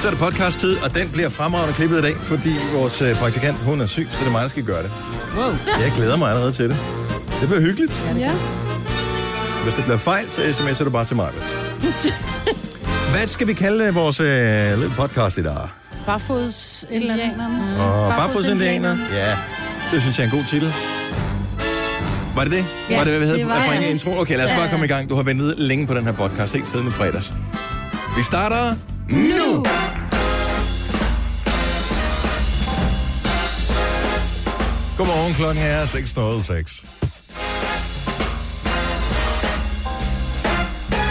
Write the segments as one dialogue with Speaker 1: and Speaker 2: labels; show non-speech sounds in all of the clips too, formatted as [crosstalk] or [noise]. Speaker 1: Så er det podcast-tid, og den bliver fremragende klippet i dag, fordi vores øh, praktikant, hun er syg, så det er mig, der skal gøre det.
Speaker 2: Wow.
Speaker 1: Jeg glæder mig allerede til det. Det bliver hyggeligt.
Speaker 2: Ja.
Speaker 1: Hvis det bliver fejl, så sms'er du bare til
Speaker 2: [laughs]
Speaker 1: mig. Hvad skal vi kalde øh, vores øh, lille podcast i dag?
Speaker 3: Barfods indianerne. Mm.
Speaker 1: Og Barfodsindianer? Ja, det synes jeg er en god titel. Var det det?
Speaker 3: Ja,
Speaker 1: var det, hvad vi havde
Speaker 3: det
Speaker 1: på
Speaker 3: var
Speaker 1: at
Speaker 3: det.
Speaker 1: bringe intro? Okay, lad os
Speaker 3: Ja,
Speaker 1: bare
Speaker 3: ja.
Speaker 1: komme i gang. Du har ventet længe på den her podcast, helt siden i fredags. Vi starter nu! Godmorgen, klokken er 6.06.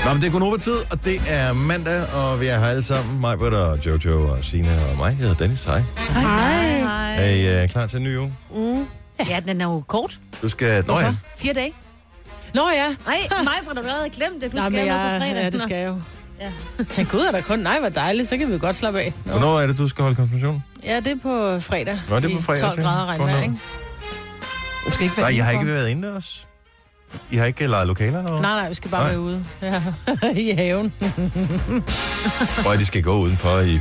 Speaker 1: Nå, men det er kun tid og det er mandag, og vi er her alle sammen. Mig, Britt og Jojo og Sina og mig. Jeg hedder Dennis. Hej.
Speaker 4: Mm.
Speaker 2: Hej.
Speaker 1: Er I øh, klar til en ny uge?
Speaker 2: Mm. Ja, den er jo kort.
Speaker 1: Du skal... Nå ja,
Speaker 2: Fire dage. Nå ja.
Speaker 4: Nej, mig har du allerede glemt det. Du
Speaker 2: Nej,
Speaker 4: skal
Speaker 2: men
Speaker 4: med på
Speaker 2: jeg-
Speaker 4: fredag.
Speaker 2: ja, det skal jeg jo.
Speaker 4: Ja.
Speaker 2: Tænk ud, er der kun... Nej, hvor dejligt. Så kan vi jo godt slappe af. Nå.
Speaker 1: hvornår er det, du skal holde konfirmation?
Speaker 2: Ja, det er på fredag.
Speaker 1: Nå, det er på
Speaker 2: I
Speaker 1: fredag,
Speaker 2: 12
Speaker 1: okay.
Speaker 2: grader regnvejr,
Speaker 1: Godt
Speaker 2: ikke? Du skal ikke være
Speaker 1: Nej, jeg har ikke
Speaker 2: indenfor.
Speaker 1: været indendørs. I har ikke lejet lokaler eller noget?
Speaker 2: Nej, nej, vi skal bare
Speaker 1: Nej.
Speaker 2: være ude. Ja. [laughs] I haven.
Speaker 1: Prøv, de skal gå udenfor i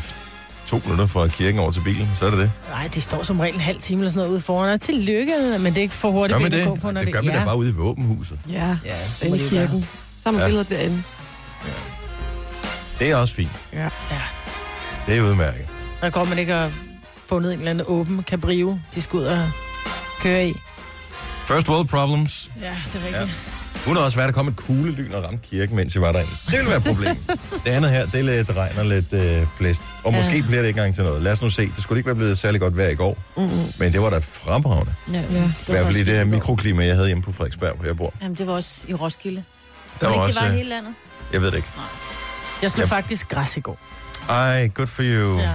Speaker 1: to minutter fra kirken over til bilen, så er det det.
Speaker 2: nej, de står som regel en halv time eller sådan noget ude foran. Og tillykke, men det er ikke for hurtigt
Speaker 1: Gør man
Speaker 2: ben at gå
Speaker 1: det?
Speaker 2: på, når
Speaker 1: det gør man
Speaker 2: ja.
Speaker 1: da bare ude i våbenhuset.
Speaker 5: Ja,
Speaker 2: Ja, det må de
Speaker 5: inde i
Speaker 2: jo
Speaker 5: kirken.
Speaker 2: gøre.
Speaker 5: Så har man
Speaker 1: Ja.
Speaker 5: billeder derinde.
Speaker 1: Det er også fint.
Speaker 5: Ja.
Speaker 1: Det er udmærket.
Speaker 2: Der går man ikke og fundet en eller anden åben cabrio, de skal ud og køre i.
Speaker 1: First world problems.
Speaker 2: Ja, det er rigtigt.
Speaker 1: Ja. Kunne det også være, at der kom et kuglelyn og ramte kirken, mens jeg var derinde. Det ville være et problem.
Speaker 2: [laughs]
Speaker 1: det andet her, det er lidt regn og lidt øh, blæst. Og
Speaker 2: Ja.
Speaker 1: måske bliver det ikke engang til noget. Lad os nu se. Det skulle ikke være blevet særlig godt vejr i går,
Speaker 5: Mm-hmm.
Speaker 1: men det var da fremragende.
Speaker 2: Ja.
Speaker 5: ja.
Speaker 1: I hvert fald i det her mikroklima, jeg havde hjemme på Frederiksberg, hvor jeg bor.
Speaker 4: Jamen, det var også i Roskilde.
Speaker 1: Der
Speaker 4: var
Speaker 1: var
Speaker 4: ikke,
Speaker 1: også,
Speaker 4: det var
Speaker 1: øh,
Speaker 4: hele landet.
Speaker 1: jeg ved det ikke.
Speaker 2: Jeg slog
Speaker 1: Ja.
Speaker 2: faktisk græs i går.
Speaker 1: Ej, good for you.
Speaker 2: Ja. Det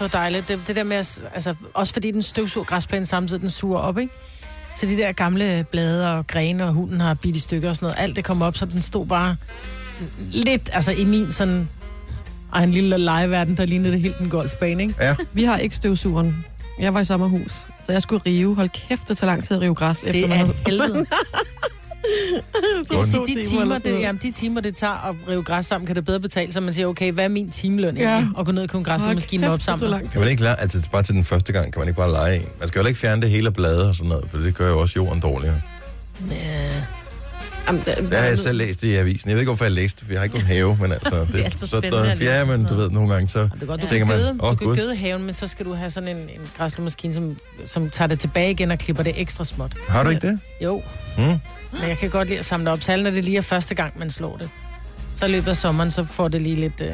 Speaker 2: var dejligt. Det, det der med, at s- altså, også fordi den støvsuger græsplæne samtidig, den suger op, ikke? Så de der gamle blade og grene og hunden har bidt i stykker og sådan noget, alt det kom op, så den stod bare lidt, altså i min sådan, ej, en lille legeverden, der lignede det helt en golfbane, ikke?
Speaker 5: Vi har ikke støvsugeren. Jeg var i sommerhus, så jeg skulle rive. Hold kæft, det tager lang tid at rive græs.
Speaker 2: [laughs] Det er et
Speaker 5: [laughs]
Speaker 2: helvede.
Speaker 5: Så
Speaker 1: Det vil
Speaker 2: Så
Speaker 5: to
Speaker 2: de
Speaker 5: eller
Speaker 2: timer,
Speaker 5: sådan
Speaker 2: det,
Speaker 5: noget.
Speaker 2: jamen, de timer, det tager at rive græs sammen, kan det bedre betale sig. Man siger, okay, hvad er min timeløn
Speaker 5: Ja.
Speaker 2: ja. Og gå ned og købe en
Speaker 5: Hold
Speaker 2: græsmaskine
Speaker 5: kæft,
Speaker 2: op
Speaker 5: Det tog
Speaker 2: sammen.
Speaker 5: lang
Speaker 1: Kan
Speaker 5: tid.
Speaker 1: man ikke lade, altså bare til den første gang, kan man ikke bare lege en? Man skal jo heller ikke fjerne det hele af blade og sådan noget, for det gør jo også jorden dårligere.
Speaker 5: Jamen, det,
Speaker 1: Det har jeg selv læst i avisen. Jeg ved ikke, hvorfor jeg læste det, for jeg har ikke nogen have,
Speaker 4: [laughs]
Speaker 1: men altså... Det,
Speaker 4: er altid
Speaker 1: så
Speaker 4: spændende at læse
Speaker 1: ja,
Speaker 4: om
Speaker 1: men
Speaker 4: sådan
Speaker 1: du ved, nogle gange så...
Speaker 2: Det er godt, du
Speaker 1: Ja.
Speaker 2: kan,
Speaker 1: Tænker man,
Speaker 2: gøde,
Speaker 1: åh,
Speaker 2: du kan
Speaker 1: Gud.
Speaker 2: gøde haven, men så skal du have sådan en, en græslemaskine, som, som tager det tilbage igen og klipper det ekstra småt.
Speaker 1: Har du ikke det?
Speaker 2: Jo,
Speaker 1: Mm.
Speaker 2: men jeg kan godt lide at samle op. Særligt, når det lige er første gang, man slår det. Så i løbet af sommeren, så får det lige lidt, øh,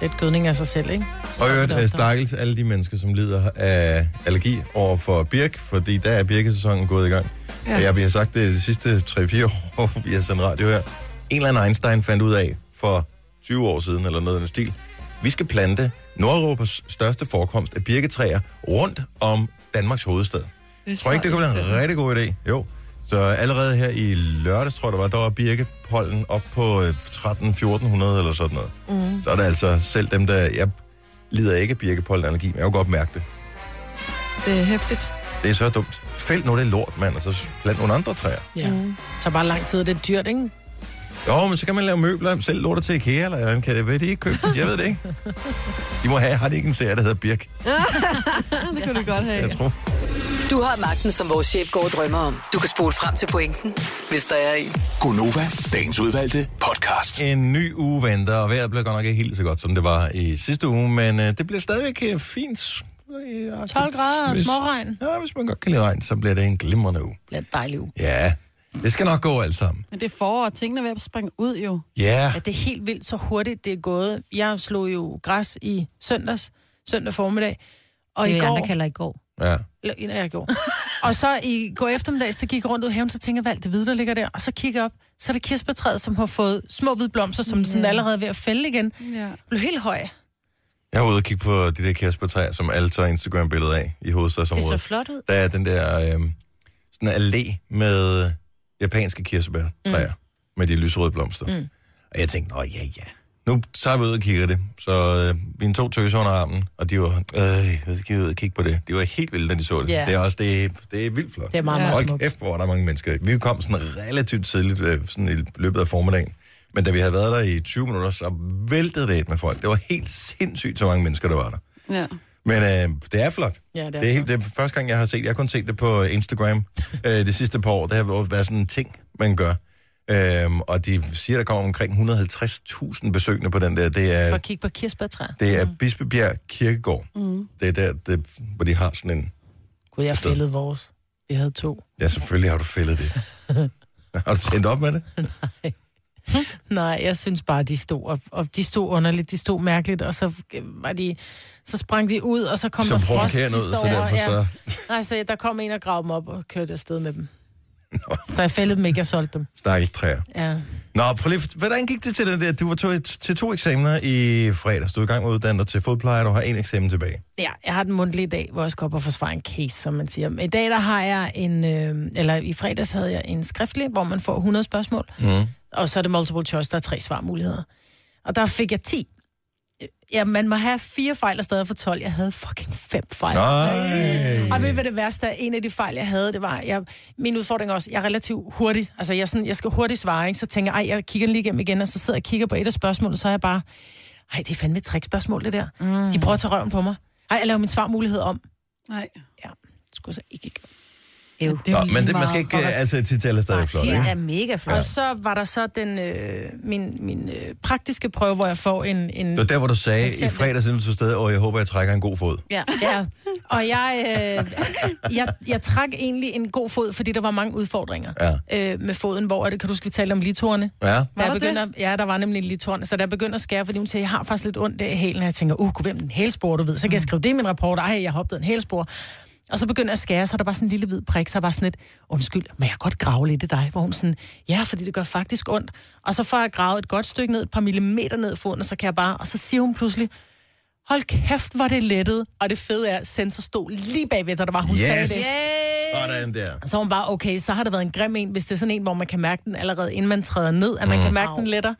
Speaker 2: lidt gødning af sig selv, ikke? Så
Speaker 1: Og i
Speaker 2: er det
Speaker 1: øvrigt, øh,
Speaker 2: oftere.
Speaker 1: stakkels alle de mennesker, som lider af allergi over for birk, fordi der er birkesæsonen gået i gang. Ja.
Speaker 5: Ja.
Speaker 1: Og jeg, vi har sagt det de sidste 3-4 [laughs] år, vi har sendt radio her. En eller anden Einstein fandt ud af for 20 år siden, eller noget af den stil. Vi skal plante Nordeuropas største forekomst af birketræer rundt om Danmarks hovedstad.
Speaker 5: det er
Speaker 1: Tror I ikke, det kunne være en rigtig god idé? Jo. Så allerede her i lørdags, tror jeg, der var, der var birkepollen op på 13-1400 eller sådan noget. Mm. Så er det altså selv dem, der... Jeg lider ikke af birkepollenallergi, men jeg kan godt mærke det.
Speaker 5: Det er hæftigt.
Speaker 1: Det er så dumt. Fæld nu det lort, mand, og så blandt nogle andre træer.
Speaker 2: Ja.
Speaker 5: Mm.
Speaker 2: Så bare lang tid, og det er dyrt, ikke?
Speaker 1: Jo, men så kan man lave møbler selv lortet til IKEA, eller en kan det være, de ikke købt Jeg ved det ikke. De må have, har de ikke en serie, der hedder Birk?
Speaker 5: Det kunne du godt have.
Speaker 1: Jeg tror.
Speaker 6: Du har magten, som vores chef går og drømmer om. Du kan spole frem til pointen, hvis der er en.
Speaker 7: Gonova, dagens udvalgte podcast.
Speaker 1: En ny uge venter, og vejret bliver godt nok ikke helt så godt, som det var i sidste uge, men øh, det bliver stadigvæk øh, fint.
Speaker 2: 12 grader og småregn.
Speaker 1: Ja, hvis man godt kan lide regn, så bliver det en glimrende uge.
Speaker 2: Det er dejligt. uge.
Speaker 1: Ja, det skal nok gå alt sammen.
Speaker 3: Men det er forår, og tingene er ved at springe ud jo.
Speaker 1: Ja,
Speaker 2: Ja, det er helt vildt, så hurtigt det er gået. Jeg slog jo græs i søndags, søndag formiddag. Og
Speaker 4: Det
Speaker 2: i
Speaker 4: er
Speaker 2: går...
Speaker 4: andre kalder i går.
Speaker 1: ja.
Speaker 2: Eller, inden jeg gjorde. og så i går eftermiddags, der gik jeg rundt ud i haven, så tænker jeg, hvad er alt det hvide, der ligger der. Og så kigger jeg op, så er det kirsebærtræet, som har fået små hvide blomster, som sådan allerede er ved at fælde igen.
Speaker 3: Ja.
Speaker 2: Jeg blev helt høj.
Speaker 1: Jeg var ude og kigge på de der kirsebærtræer, som alle tager Instagram-billeder af i
Speaker 4: Det så
Speaker 1: hovedstadsområdet.
Speaker 4: flot ud.
Speaker 1: Der er den der øh, sådan en allé med japanske kirsebærtræer mm. med de lyserøde blomster. Mm. Og jeg tænkte, nå ja, ja. Nu tager vi ud og kigger det. Så øh, mine to tøser under armen, og de var, øh, så kan vi ud og kigge på det. De var helt vilde, da de så det.
Speaker 2: Ja.
Speaker 1: Det er også, det, er- det er vildt flot.
Speaker 2: Det er meget, meget
Speaker 1: Hold
Speaker 2: smukt.
Speaker 1: kæft, hvor er der mange mennesker. Vi kom sådan relativt tidligt, øh, sådan i løbet af formiddagen. Men da vi havde været der i 20 minutter, så væltede det med folk. Det var helt sindssygt, så mange mennesker, der var der.
Speaker 3: Ja.
Speaker 1: Men øh, det er flot.
Speaker 2: Ja, det er
Speaker 1: det, er helt, det er første gang, jeg har set. Jeg har kun set det
Speaker 2: [laughs]
Speaker 1: på Instagram øh, det sidste par år. Det har jo været sådan en ting, man gør. Øhm, og de siger, der kommer omkring 150.000 besøgende på den der. Det
Speaker 2: For
Speaker 1: er,
Speaker 2: at kigge på kirsebærtræer.
Speaker 1: det er Bispebjerg Kirkegård. Mm. Det er der, det, hvor de har sådan en...
Speaker 2: Gud, jeg fældede vores. Vi havde to.
Speaker 1: Ja, selvfølgelig har du
Speaker 2: [laughs]
Speaker 1: fældet det. har du tændt op med det?
Speaker 2: Nej, jeg synes bare, de stod, og, og de stod underligt, de stod mærkeligt, og så øh, var de, så sprang de ud, og så kom
Speaker 1: Så
Speaker 2: der frost
Speaker 1: provokerer noget,
Speaker 2: sidste
Speaker 1: så
Speaker 2: år.
Speaker 1: derfor så...
Speaker 2: Nej, så der kom en og gravede dem op og kørte afsted med dem. Så jeg fældede dem ikke, jeg solgte dem.
Speaker 1: Stakkels træer.
Speaker 2: Ja.
Speaker 1: Nå, prøv lige, hvordan gik det til den der? Du var to, til to eksamener i fredags. Du er i gang med at uddanne dig til fodplejer, og du har en eksamen tilbage.
Speaker 2: ja, jeg har den mundtlige dag, hvor jeg skal op og forsvare en case, som man siger. Men I dag der har jeg en, øh, eller i fredags havde jeg en skriftlig, hvor man får 100 spørgsmål. Mm. Og så er det multiple choice, der er tre svarmuligheder. Og der fik jeg 10. Ja, man må have fire fejl og stadig for 12. Jeg havde fucking fem fejl.
Speaker 1: Nej.
Speaker 2: Og ved I, hvad det værste er? En af de fejl, jeg havde, det var, jeg, min udfordring også, jeg er relativt hurtig. Altså, jeg, er sådan, jeg skal hurtigt svare, ikke? så tænker jeg, ej, jeg kigger den lige igennem igen, og så sidder jeg og kigger på et af spørgsmålene, så er jeg bare, ej, det er fandme et trickspørgsmål, det der. Mm. De prøver at tage røven på mig. Ej, jeg laver min svarmulighed om.
Speaker 3: Nej.
Speaker 2: Ja, det skulle jeg så ikke gøre.
Speaker 4: Ew.
Speaker 5: Det er jo
Speaker 1: Nå, men
Speaker 5: lige
Speaker 1: det, man
Speaker 5: meget.
Speaker 1: skal ikke... Altså, tital er stadig flot,
Speaker 4: Det
Speaker 1: ikke?
Speaker 4: er mega flot.
Speaker 2: Og så var der så den, øh, min, min øh, praktiske prøve, hvor jeg får en... en
Speaker 1: Det var der, hvor du sagde i
Speaker 2: Patienten.
Speaker 1: fredags, inden du stod sted, og jeg håber, jeg trækker en god fod.
Speaker 4: Ja.
Speaker 2: Ja, og jeg, [laughs] øh, jeg, jeg trak egentlig en god fod, fordi der var mange udfordringer øh, med foden, hvor, er det, kan du huske, vi talte om litorne?
Speaker 1: Ja.
Speaker 2: Da jeg
Speaker 3: der det?
Speaker 2: begynder, ja, der var nemlig en lille torn. Så da jeg begynder at skære, fordi hun siger, jeg har faktisk lidt ondt der i hælen, og jeg tænker, uh, gud, hvem er den hælspor, du ved. Så kan jeg
Speaker 3: Mm.
Speaker 2: skrive det i min rapport, ej, jeg har opdaget en hælspor. Og så begynder jeg at skære, så er der bare sådan en lille hvid prik, så er jeg bare sådan lidt, undskyld, men jeg kan godt grave lidt i dig, hvor hun sådan, ja, fordi det gør faktisk ondt. Og så får jeg gravet et godt stykke ned, et par millimeter ned i foden, og så kan jeg bare, og så siger hun pludselig, hold kæft, hvor det lettede. Og det fede er, at sensor stod lige bagved, da der var, hun
Speaker 1: Yes.
Speaker 2: sagde det.
Speaker 1: Sådan der.
Speaker 2: Så er hun bare, okay, så har det været en grim en, hvis det er sådan en, hvor man kan mærke den allerede, inden man træder ned, at man kan mærke den lettere.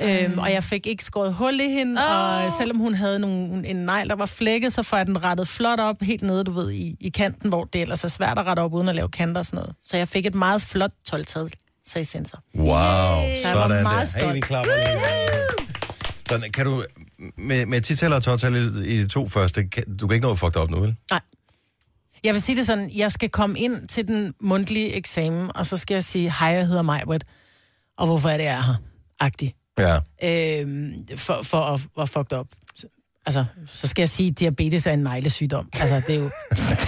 Speaker 2: Øhm, og jeg fik ikke skåret hul i hende, oh. og selvom hun havde nogle, en negl, der var flækket, så får jeg den rettet flot op, helt nede, du ved, i, i kanten, hvor det ellers er svært at rette op, uden at lave kanter og sådan noget. Så jeg fik et meget flot 12 sagde sensor.
Speaker 1: Wow,
Speaker 2: Så jeg var
Speaker 1: sådan
Speaker 2: meget
Speaker 1: der. Hey, vi
Speaker 2: stolt.
Speaker 1: klapper lige. Sådan, kan du... Med, med tital og total i, i de to første, kan, du kan ikke nå at fuck dig op nu, vel?
Speaker 2: Nej. Jeg vil sige det sådan, jeg skal komme ind til den mundtlige eksamen, og så skal jeg sige, hej, jeg hedder Majbrit, og hvorfor er det, jeg er her? Agtig.
Speaker 1: Ja.
Speaker 2: øh, for, for at, at fuck det op. Altså, så skal jeg sige, at diabetes er en neglesygdom. Altså, det, er jo,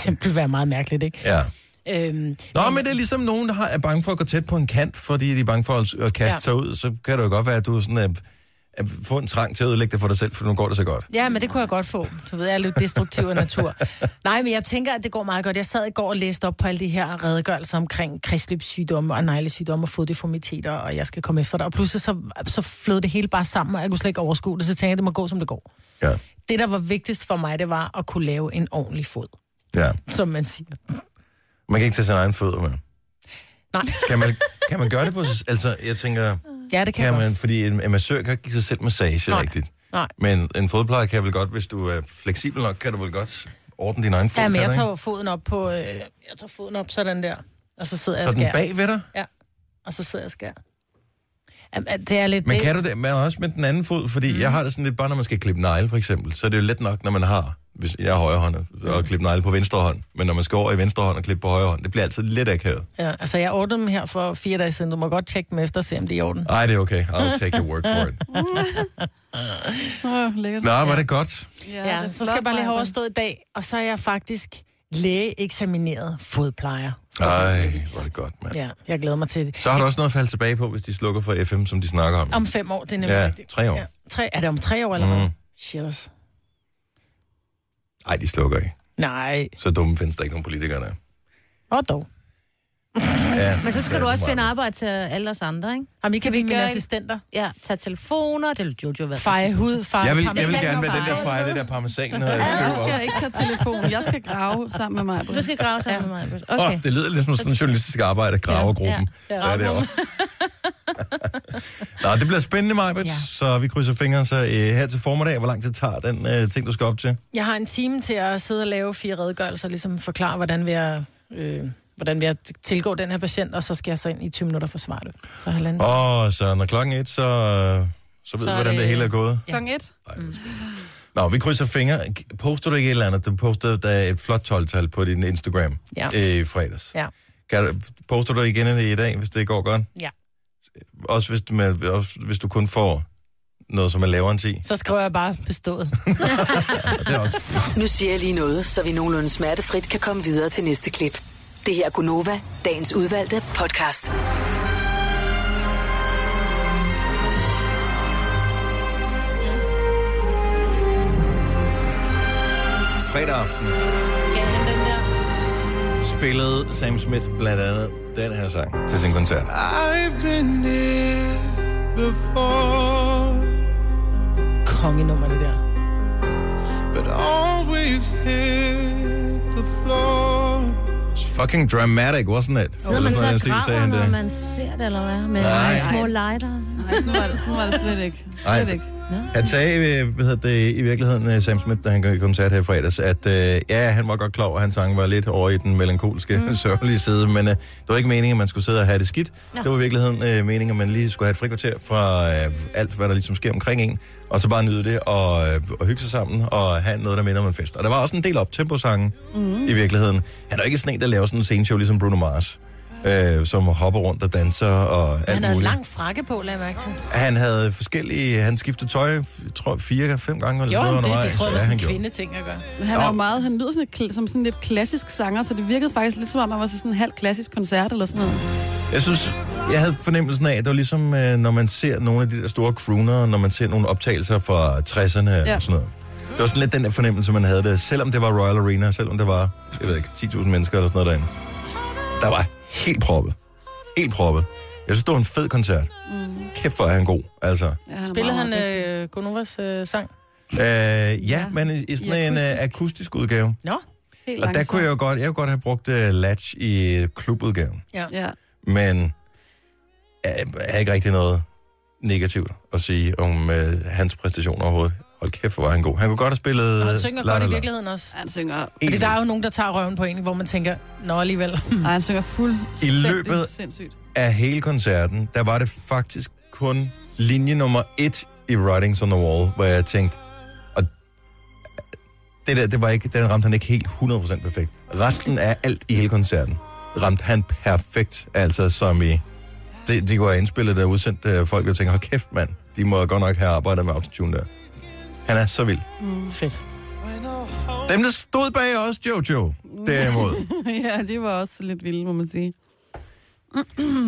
Speaker 2: [laughs] det ville være meget mærkeligt, ikke?
Speaker 1: Ja.
Speaker 2: Øhm,
Speaker 1: Nå, men det er ligesom nogen, der har- er bange for at gå tæt på en kant, fordi de er bange for at, at kaste ja.
Speaker 2: Ja.
Speaker 1: sig ud. Så kan det jo godt være, at du sådan, at, at får en trang til at ødelægge det for dig selv, for nu går det så godt.
Speaker 2: ja, men det kunne jeg godt få. Du ved, jeg er lidt destruktiv af natur. Nej, men jeg tænker, at det går meget godt. Jeg sad i går og læste op på alle de her redegørelser omkring kredsløbssygdomme og neglesygdomme og foddeformiteter, og jeg skal komme efter dig. Og pludselig så, så flød det hele bare sammen, og jeg kunne slet ikke overskue det, så tænkte jeg, at det må gå, som det går.
Speaker 1: Ja.
Speaker 2: Det, der var vigtigst for mig, det var at kunne lave en ordentlig fod,
Speaker 1: ja.
Speaker 2: som man siger.
Speaker 1: Man kan ikke tage sin egen fødder med.
Speaker 2: Nej,
Speaker 1: Kan man, kan man gøre det på sig Altså, jeg tænker,
Speaker 2: ja, det kan,
Speaker 1: kan
Speaker 2: jeg godt.
Speaker 1: man, fordi en, en massør kan ikke give sig selv massage
Speaker 2: Nej.
Speaker 1: rigtigt.
Speaker 2: Nej.
Speaker 1: Men en fodplejer kan vel godt, hvis du er fleksibel nok, kan du vel godt ordne din egen fod.
Speaker 2: Ja, men
Speaker 1: kan
Speaker 2: jeg
Speaker 1: du
Speaker 2: tager foden op på, øh, jeg tager foden op sådan der, og så sidder jeg
Speaker 1: ikke?
Speaker 2: og
Speaker 1: Så den
Speaker 2: skærer.
Speaker 1: bag ved dig?
Speaker 2: Ja, og så sidder jeg og skærer. Jamen, at det er lidt
Speaker 1: Men
Speaker 2: det.
Speaker 1: kan du det? Men også med den anden fod, fordi mm. jeg har det sådan lidt, bare når man skal klippe negle for eksempel, så er det jo let nok, når man har, hvis jeg er højre hånd,
Speaker 2: Mm.
Speaker 1: og klippe negle på venstre hånd, men når man skal over i venstre hånd og klippe på højre hånd, det bliver altid lidt akavet.
Speaker 2: Ja, altså, jeg ordnede dem her for fire dage siden. Du må godt tjekke dem efter og se, om det er i orden.
Speaker 1: Ej, det er okay. I'll take your word for
Speaker 2: [laughs]
Speaker 1: it.
Speaker 3: Åh, lækkert.
Speaker 1: Nå, var det godt.
Speaker 2: Ja, ja så skal jeg bare lige have overstået i dag, og så er jeg faktisk lægeeksamineret fodplejer.
Speaker 1: Ej, var det godt, mand.
Speaker 2: Ja, jeg glæder mig til det.
Speaker 1: Så har du også noget at falde tilbage på, hvis de slukker for FM, som de snakker om.
Speaker 2: Om fem år, det er nemlig
Speaker 1: Ja,
Speaker 2: rigtigt.
Speaker 1: tre år. Mm.
Speaker 2: tre, er det om tre år eller hvad? Shit også.
Speaker 1: Nej, de slukker ikke.
Speaker 2: Nej,
Speaker 1: Så dumme findes der ikke nogen politikere, der. er.
Speaker 2: og dog.
Speaker 1: Ja,
Speaker 4: Men så skal du også finde arbejde til alle os andre, ikke?
Speaker 2: Jamen, I kan vi mine
Speaker 4: gøre ikke-
Speaker 2: assistenter.
Speaker 4: Ja, tag telefoner, det er Jojo været.
Speaker 2: Feje hud, feje
Speaker 1: Jeg vil, jeg vil
Speaker 2: parmesan
Speaker 1: gerne
Speaker 2: og
Speaker 1: være den der
Speaker 2: feje-
Speaker 1: fejl, det der parmesan, og
Speaker 3: Jeg
Speaker 1: skrive
Speaker 3: skal
Speaker 1: op.
Speaker 3: ikke tage telefonen. Jeg skal grave sammen med mig.
Speaker 4: Du skal grave sammen med mig.
Speaker 1: Åh,
Speaker 4: Okay.
Speaker 1: oh, det lyder lidt som sådan en journalistisk arbejde af gravergruppen. Ja,
Speaker 4: Ja, ja.
Speaker 1: ja. det er det Nå, det bliver spændende, Majbert, ja.
Speaker 2: Ja.
Speaker 1: så vi krydser fingre. Så øh, her til formiddag, hvor lang tid tager den øh, ting, du skal op til?
Speaker 2: Jeg har en time til at sidde og lave fire redegørelser, ligesom forklare, hvordan vi er... Øh, hvordan vil jeg t- tilgå den her patient, og så skal jeg så ind i 20 minutter og forsvare det. Så halvanden. Oh.
Speaker 1: Og så når klokken er et, så, øh, så ved
Speaker 2: Så
Speaker 1: så
Speaker 2: er
Speaker 1: hvordan det,
Speaker 2: det-
Speaker 1: hele er gået.
Speaker 3: Klokken et.
Speaker 1: Nå, vi krydser fingre. Poster du ikke et eller andet? Du postede der er et flot 12-tal på din Instagram
Speaker 2: Ja.
Speaker 1: øh, i fredags.
Speaker 2: Ja.
Speaker 1: Kan, du- poster du igen i dag, hvis det går godt?
Speaker 2: Ja.
Speaker 1: Også hvis, du- med, også hvis du kun får noget, som er lavere end 10.
Speaker 2: Så skriver jeg bare bestået.
Speaker 1: Det er også
Speaker 6: Nu siger jeg lige noget, så vi nogenlunde smertefrit kan komme videre til næste klip. Det her er Gunova, dagens udvalgte podcast.
Speaker 1: fredag aften. Spillede Sam Smith blandt andet den her sang til sin koncert. Ah, I've been here before,
Speaker 2: Kongenummer, det der.
Speaker 1: but always hit the floor. It's fucking dramatic, wasn't it?
Speaker 4: Sidder man
Speaker 1: Eller
Speaker 4: så
Speaker 1: sådan
Speaker 4: og
Speaker 1: en stil, sagde
Speaker 4: graver,
Speaker 1: han
Speaker 4: når
Speaker 1: det.
Speaker 4: man ser det, eller hvad? Med
Speaker 1: Nej.
Speaker 4: Nej. små lighter.
Speaker 3: Nej, sådan var det, sådan var det slet ikke.
Speaker 1: Nej.
Speaker 3: Slet ikke.
Speaker 1: Han sagde øh, hvad hedder det, i virkeligheden, øh, Sam Smith, da han gik i koncert her i fredags, at øh, ja, han var godt klar over, at hans sang var lidt over i den melankolske, mm. [laughs] sørgelige side, men øh, det var ikke meningen, at man skulle sidde og have det skidt. No. Det var i virkeligheden øh, meningen, at man lige skulle have et frikvarter fra øh, alt, hvad der ligesom sker omkring en, og så bare nyde det og, øh, og hygge sig sammen og have noget, der minder om en fest. Og der var også en del optempo-sange mm. i virkeligheden. Han er jo ikke sådan en, der laver sådan en sceneshow ligesom Bruno Mars. Øh, som hopper rundt og danser og alt
Speaker 2: Han havde en
Speaker 1: muligt.
Speaker 2: lang frakke på, lad jeg mærke til.
Speaker 1: Han havde forskellige... Han skiftede tøj, tror fire, fem gange eller
Speaker 2: Gjorde
Speaker 1: noget
Speaker 2: han det?
Speaker 1: undervejs.
Speaker 2: Det tror jeg var
Speaker 1: Ja,
Speaker 2: sådan
Speaker 1: han
Speaker 2: en
Speaker 1: gjorde.
Speaker 2: kvindeting at gøre.
Speaker 3: Men Han, er jo meget, han lyder sådan lidt, kl- som sådan lidt klassisk sanger, så det virkede faktisk lidt som om, han var til sådan en halv klassisk koncert eller sådan noget.
Speaker 1: Jeg synes, jeg havde fornemmelsen af, at det var ligesom, øh, når man ser nogle af de der store crooner, når man ser nogle optagelser fra 60'erne ja.
Speaker 3: Ja.
Speaker 1: og sådan noget. Det var sådan lidt den der fornemmelse, man havde der. Selvom det var Royal Arena, selvom det var, jeg ved ikke, 10.000 mennesker eller sådan noget derinde. Der var helt proppet. Helt proppet. Jeg synes, det var en fed koncert. Mm. Kæft, hvor er han god, altså.
Speaker 3: Ja, han er
Speaker 2: Spillede
Speaker 3: meget,
Speaker 2: han
Speaker 3: meget dygtig.
Speaker 2: øh, Gunovas øh, sang?
Speaker 1: Øh, ja, ja, men i- i sådan
Speaker 3: I
Speaker 1: en øh,
Speaker 3: akustisk.
Speaker 1: akustisk udgave.
Speaker 2: Nå,
Speaker 3: Helt
Speaker 1: Og der kunne jeg jo godt, jeg kunne godt have brugt uh, latch i øh, klubudgaven,
Speaker 3: Ja.
Speaker 1: men øh, jeg har ikke rigtig noget negativt at sige om uh, hans præstation overhovedet. Hold kæft, hvor var han god. Han kunne godt have spillet...
Speaker 2: og han
Speaker 1: øh,
Speaker 2: synger
Speaker 1: La La
Speaker 2: godt i
Speaker 1: La.
Speaker 2: virkeligheden også.
Speaker 3: Han synger,
Speaker 2: Fordi der er jo nogen, der tager røven på en, hvor man tænker, nå alligevel.
Speaker 3: nej, han synger fuldstændig
Speaker 1: I løbet-
Speaker 3: sindssygt. [laughs]
Speaker 1: Af hele koncerten, der var det faktisk kun linje nummer et i Writings on the Wall, hvor jeg tænkte, og det der, det var ikke, den ramte han ikke helt 100% perfekt. Resten af alt i hele koncerten ramte han perfekt, altså som i, det, de kunne have indspillet der udsendt øh, folk, og tænker, hold kæft mand, de må godt nok have arbejdet med autotune der. Han er så vild.
Speaker 2: [laughs] Fedt.
Speaker 1: Dem, der stod bag os, Jojo, derimod.
Speaker 3: [laughs] ja, det var også lidt vildt, må man sige.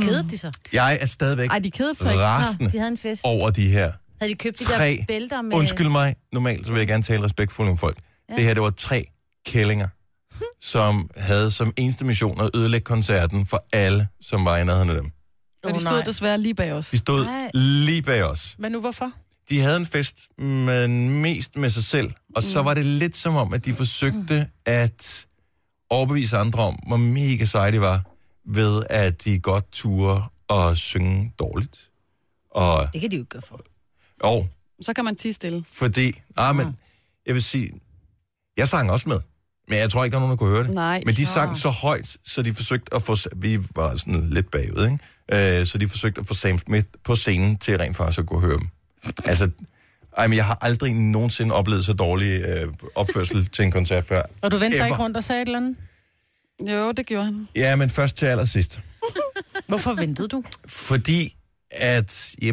Speaker 4: Kedede de så?
Speaker 1: Jeg er stadigvæk
Speaker 3: Ej, de kedede sig ikke.
Speaker 1: rasende
Speaker 4: De havde en fest.
Speaker 1: over de her
Speaker 4: Havde de købt de
Speaker 1: Tre.
Speaker 4: der bælter med...
Speaker 1: Undskyld mig, normalt så vil jeg gerne tale respektfuldt om folk. Ja. Det her, det var tre
Speaker 4: [laughs]
Speaker 1: kællinger, som havde som eneste mission at ødelægge koncerten for alle, som var i nærheden af dem.
Speaker 3: Og de
Speaker 2: Åh,
Speaker 3: stod
Speaker 2: nej.
Speaker 3: desværre lige bag os.
Speaker 1: De stod
Speaker 4: Nej.
Speaker 1: lige bag os.
Speaker 2: Men nu hvorfor?
Speaker 1: De havde en fest, men mest med sig selv. Og så
Speaker 4: Mm.
Speaker 1: var det lidt som om, at de forsøgte at overbevise andre om, hvor mega seje de var, ved at de godt turde at synge dårligt. Og,
Speaker 4: Det kan de jo ikke gøre for.
Speaker 1: og
Speaker 3: Så kan man tige stille.
Speaker 1: fordi... Nej, men jeg vil sige... Jeg sang også med, men jeg tror ikke, der er nogen, der kunne høre det.
Speaker 3: Nej.
Speaker 1: Men de sang så højt, så de forsøgte at få... Vi var sådan lidt bagud, ikke? Øh, så de forsøgte at få Sam Smith på scenen til rent faktisk at kunne høre dem. Altså, ej, men jeg har aldrig nogensinde oplevet så dårlig øh, opførsel til en koncert før.
Speaker 2: Og du vendte dig ikke
Speaker 1: Ever.
Speaker 2: rundt og sagde et eller andet?
Speaker 3: Jo, det gjorde han.
Speaker 1: Ja, men først til allersidst.
Speaker 2: Hvorfor ventede du?
Speaker 1: Fordi at... Ja,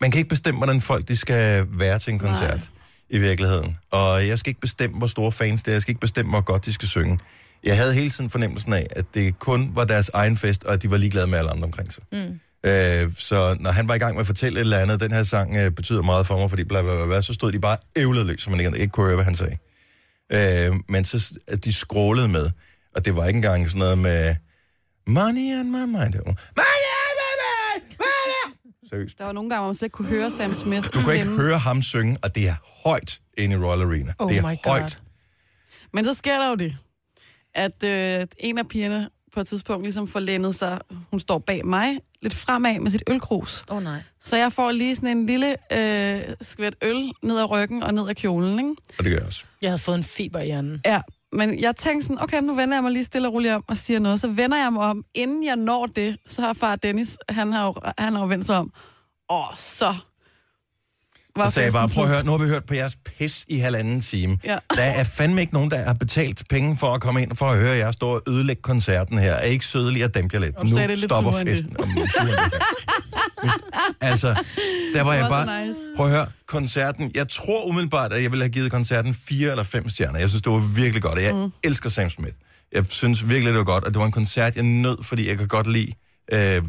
Speaker 1: man kan ikke bestemme, hvordan folk de skal være til en koncert Nej. i virkeligheden. Og jeg skal ikke bestemme, hvor store fans det er. Jeg skal ikke bestemme, hvor godt de skal synge. Jeg havde hele tiden fornemmelsen af, at det kun var deres egen fest, og at de var ligeglade med alle andre omkring sig. Mm. Øh, så når han var i gang med at fortælle et eller andet, den her sang øh, betyder meget for mig, fordi bla bla bla, bla så stod de bare ævlet løs, så man ikke, ikke kunne høre, hvad han sagde. Øh, men så s- at de skrålede med, og det var ikke engang sådan noget med money on my mind. Det var, Money on my mind! Money! Seriøst.
Speaker 3: Der var nogle gange, hvor man slet ikke kunne høre Sam Smith
Speaker 1: Du kan ikke
Speaker 3: stemme.
Speaker 1: høre ham synge, og det er højt inde i Royal Arena.
Speaker 2: Oh
Speaker 1: det er
Speaker 2: my God.
Speaker 1: højt.
Speaker 3: Men så sker der jo det, at øh, en af pigerne på et tidspunkt ligesom får lænet sig, hun står bag mig, lidt fremad med sit ølkrus.
Speaker 4: Åh oh, nej.
Speaker 3: Så jeg får lige sådan en lille øh, skvæt øl ned ad ryggen og ned ad kjolen, ikke?
Speaker 1: Og det gør jeg også.
Speaker 2: Jeg havde fået en fiber i hjernen.
Speaker 3: Ja, Men jeg tænkte sådan, okay, nu vender jeg mig lige stille og roligt om og siger noget. Så vender jeg mig om. Inden jeg når det, så har far Dennis, han har jo, han har jo vendt sig om. Og så... Var
Speaker 1: Så sagde jeg bare,
Speaker 3: festen
Speaker 1: prøv at
Speaker 3: slut.
Speaker 1: høre, nu har vi hørt på jeres pis i halvanden time.
Speaker 3: Ja.
Speaker 1: Der er fandme ikke nogen, der har betalt penge for at komme ind for at høre jer stå og ødelægge koncerten her. Er I ikke søde lige at dæmpe jer lidt?
Speaker 3: Og du sagde det lidt
Speaker 1: stopper
Speaker 3: surere end
Speaker 1: festen. Om nu er surere end det.
Speaker 3: [laughs]
Speaker 1: altså, der var jeg
Speaker 3: var så
Speaker 1: bare...
Speaker 3: nice.
Speaker 1: Prøv at høre, koncerten... Jeg tror umiddelbart, at jeg ville have givet koncerten fire eller fem stjerner. Jeg synes, det var virkelig godt, og jeg mm. elsker Sam Smith. Jeg synes virkelig, det var godt, og det var en koncert, jeg nød, fordi jeg kan godt lide... Øh,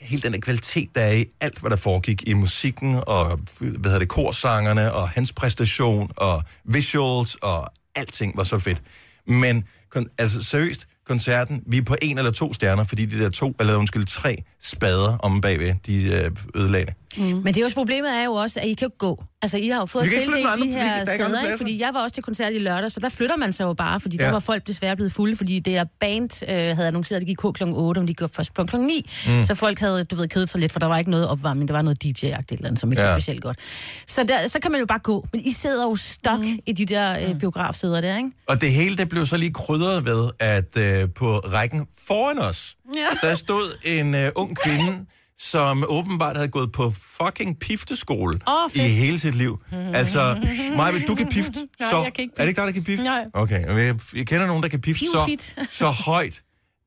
Speaker 1: hele den der kvalitet, der er i alt, hvad der foregik i musikken, og hvad hedder det, korsangerne, og hans præstation, og visuals, og alting var så fedt. Men kon- altså seriøst, koncerten, vi er på en eller to stjerner, fordi de der to, eller undskyld, tre spader om bagved, de øh, ødelagde det.
Speaker 4: Men det er jo også- problemet er jo også, at I kan jo gå. Altså, I har jo fået
Speaker 1: Vi kan ikke flytte nogen
Speaker 4: tildelt de
Speaker 1: andre- vi kan-
Speaker 4: her
Speaker 1: der er ikke andre
Speaker 4: sæder, ikke?
Speaker 1: pladser.
Speaker 4: fordi jeg var også til koncert i lørdag, så der flytter man sig jo bare, fordi ja.
Speaker 1: Ja.
Speaker 4: der var folk desværre blevet fulde, fordi det er band øh, havde annonceret, at det gik på kl. 8, men de gik først på kl. 9. Mm. Så folk havde, du ved, kedet sig lidt, for der var ikke noget opvarmning, der var noget DJ-agtigt eller andet, som ikke
Speaker 1: Ja.
Speaker 4: ja. var specielt godt. Så, der, så kan man jo bare gå, men I sidder jo stok mm. i de der øh, biografsæder der, ikke?
Speaker 1: Og det hele, det blev så lige krydret ved, at øh, på rækken foran os, ja. der stod en øh, ung kvinde, som åbenbart havde gået på fucking pifteskole
Speaker 4: Åh, fedt.
Speaker 1: i hele sit liv. Altså, Maja, du kan pift. Nej, så,
Speaker 2: jeg kan ikke
Speaker 1: Er det ikke dig, der kan pift?
Speaker 2: Nej.
Speaker 1: Okay, men jeg, jeg kender nogen, der kan pift så,
Speaker 4: Pivfit.
Speaker 1: så højt,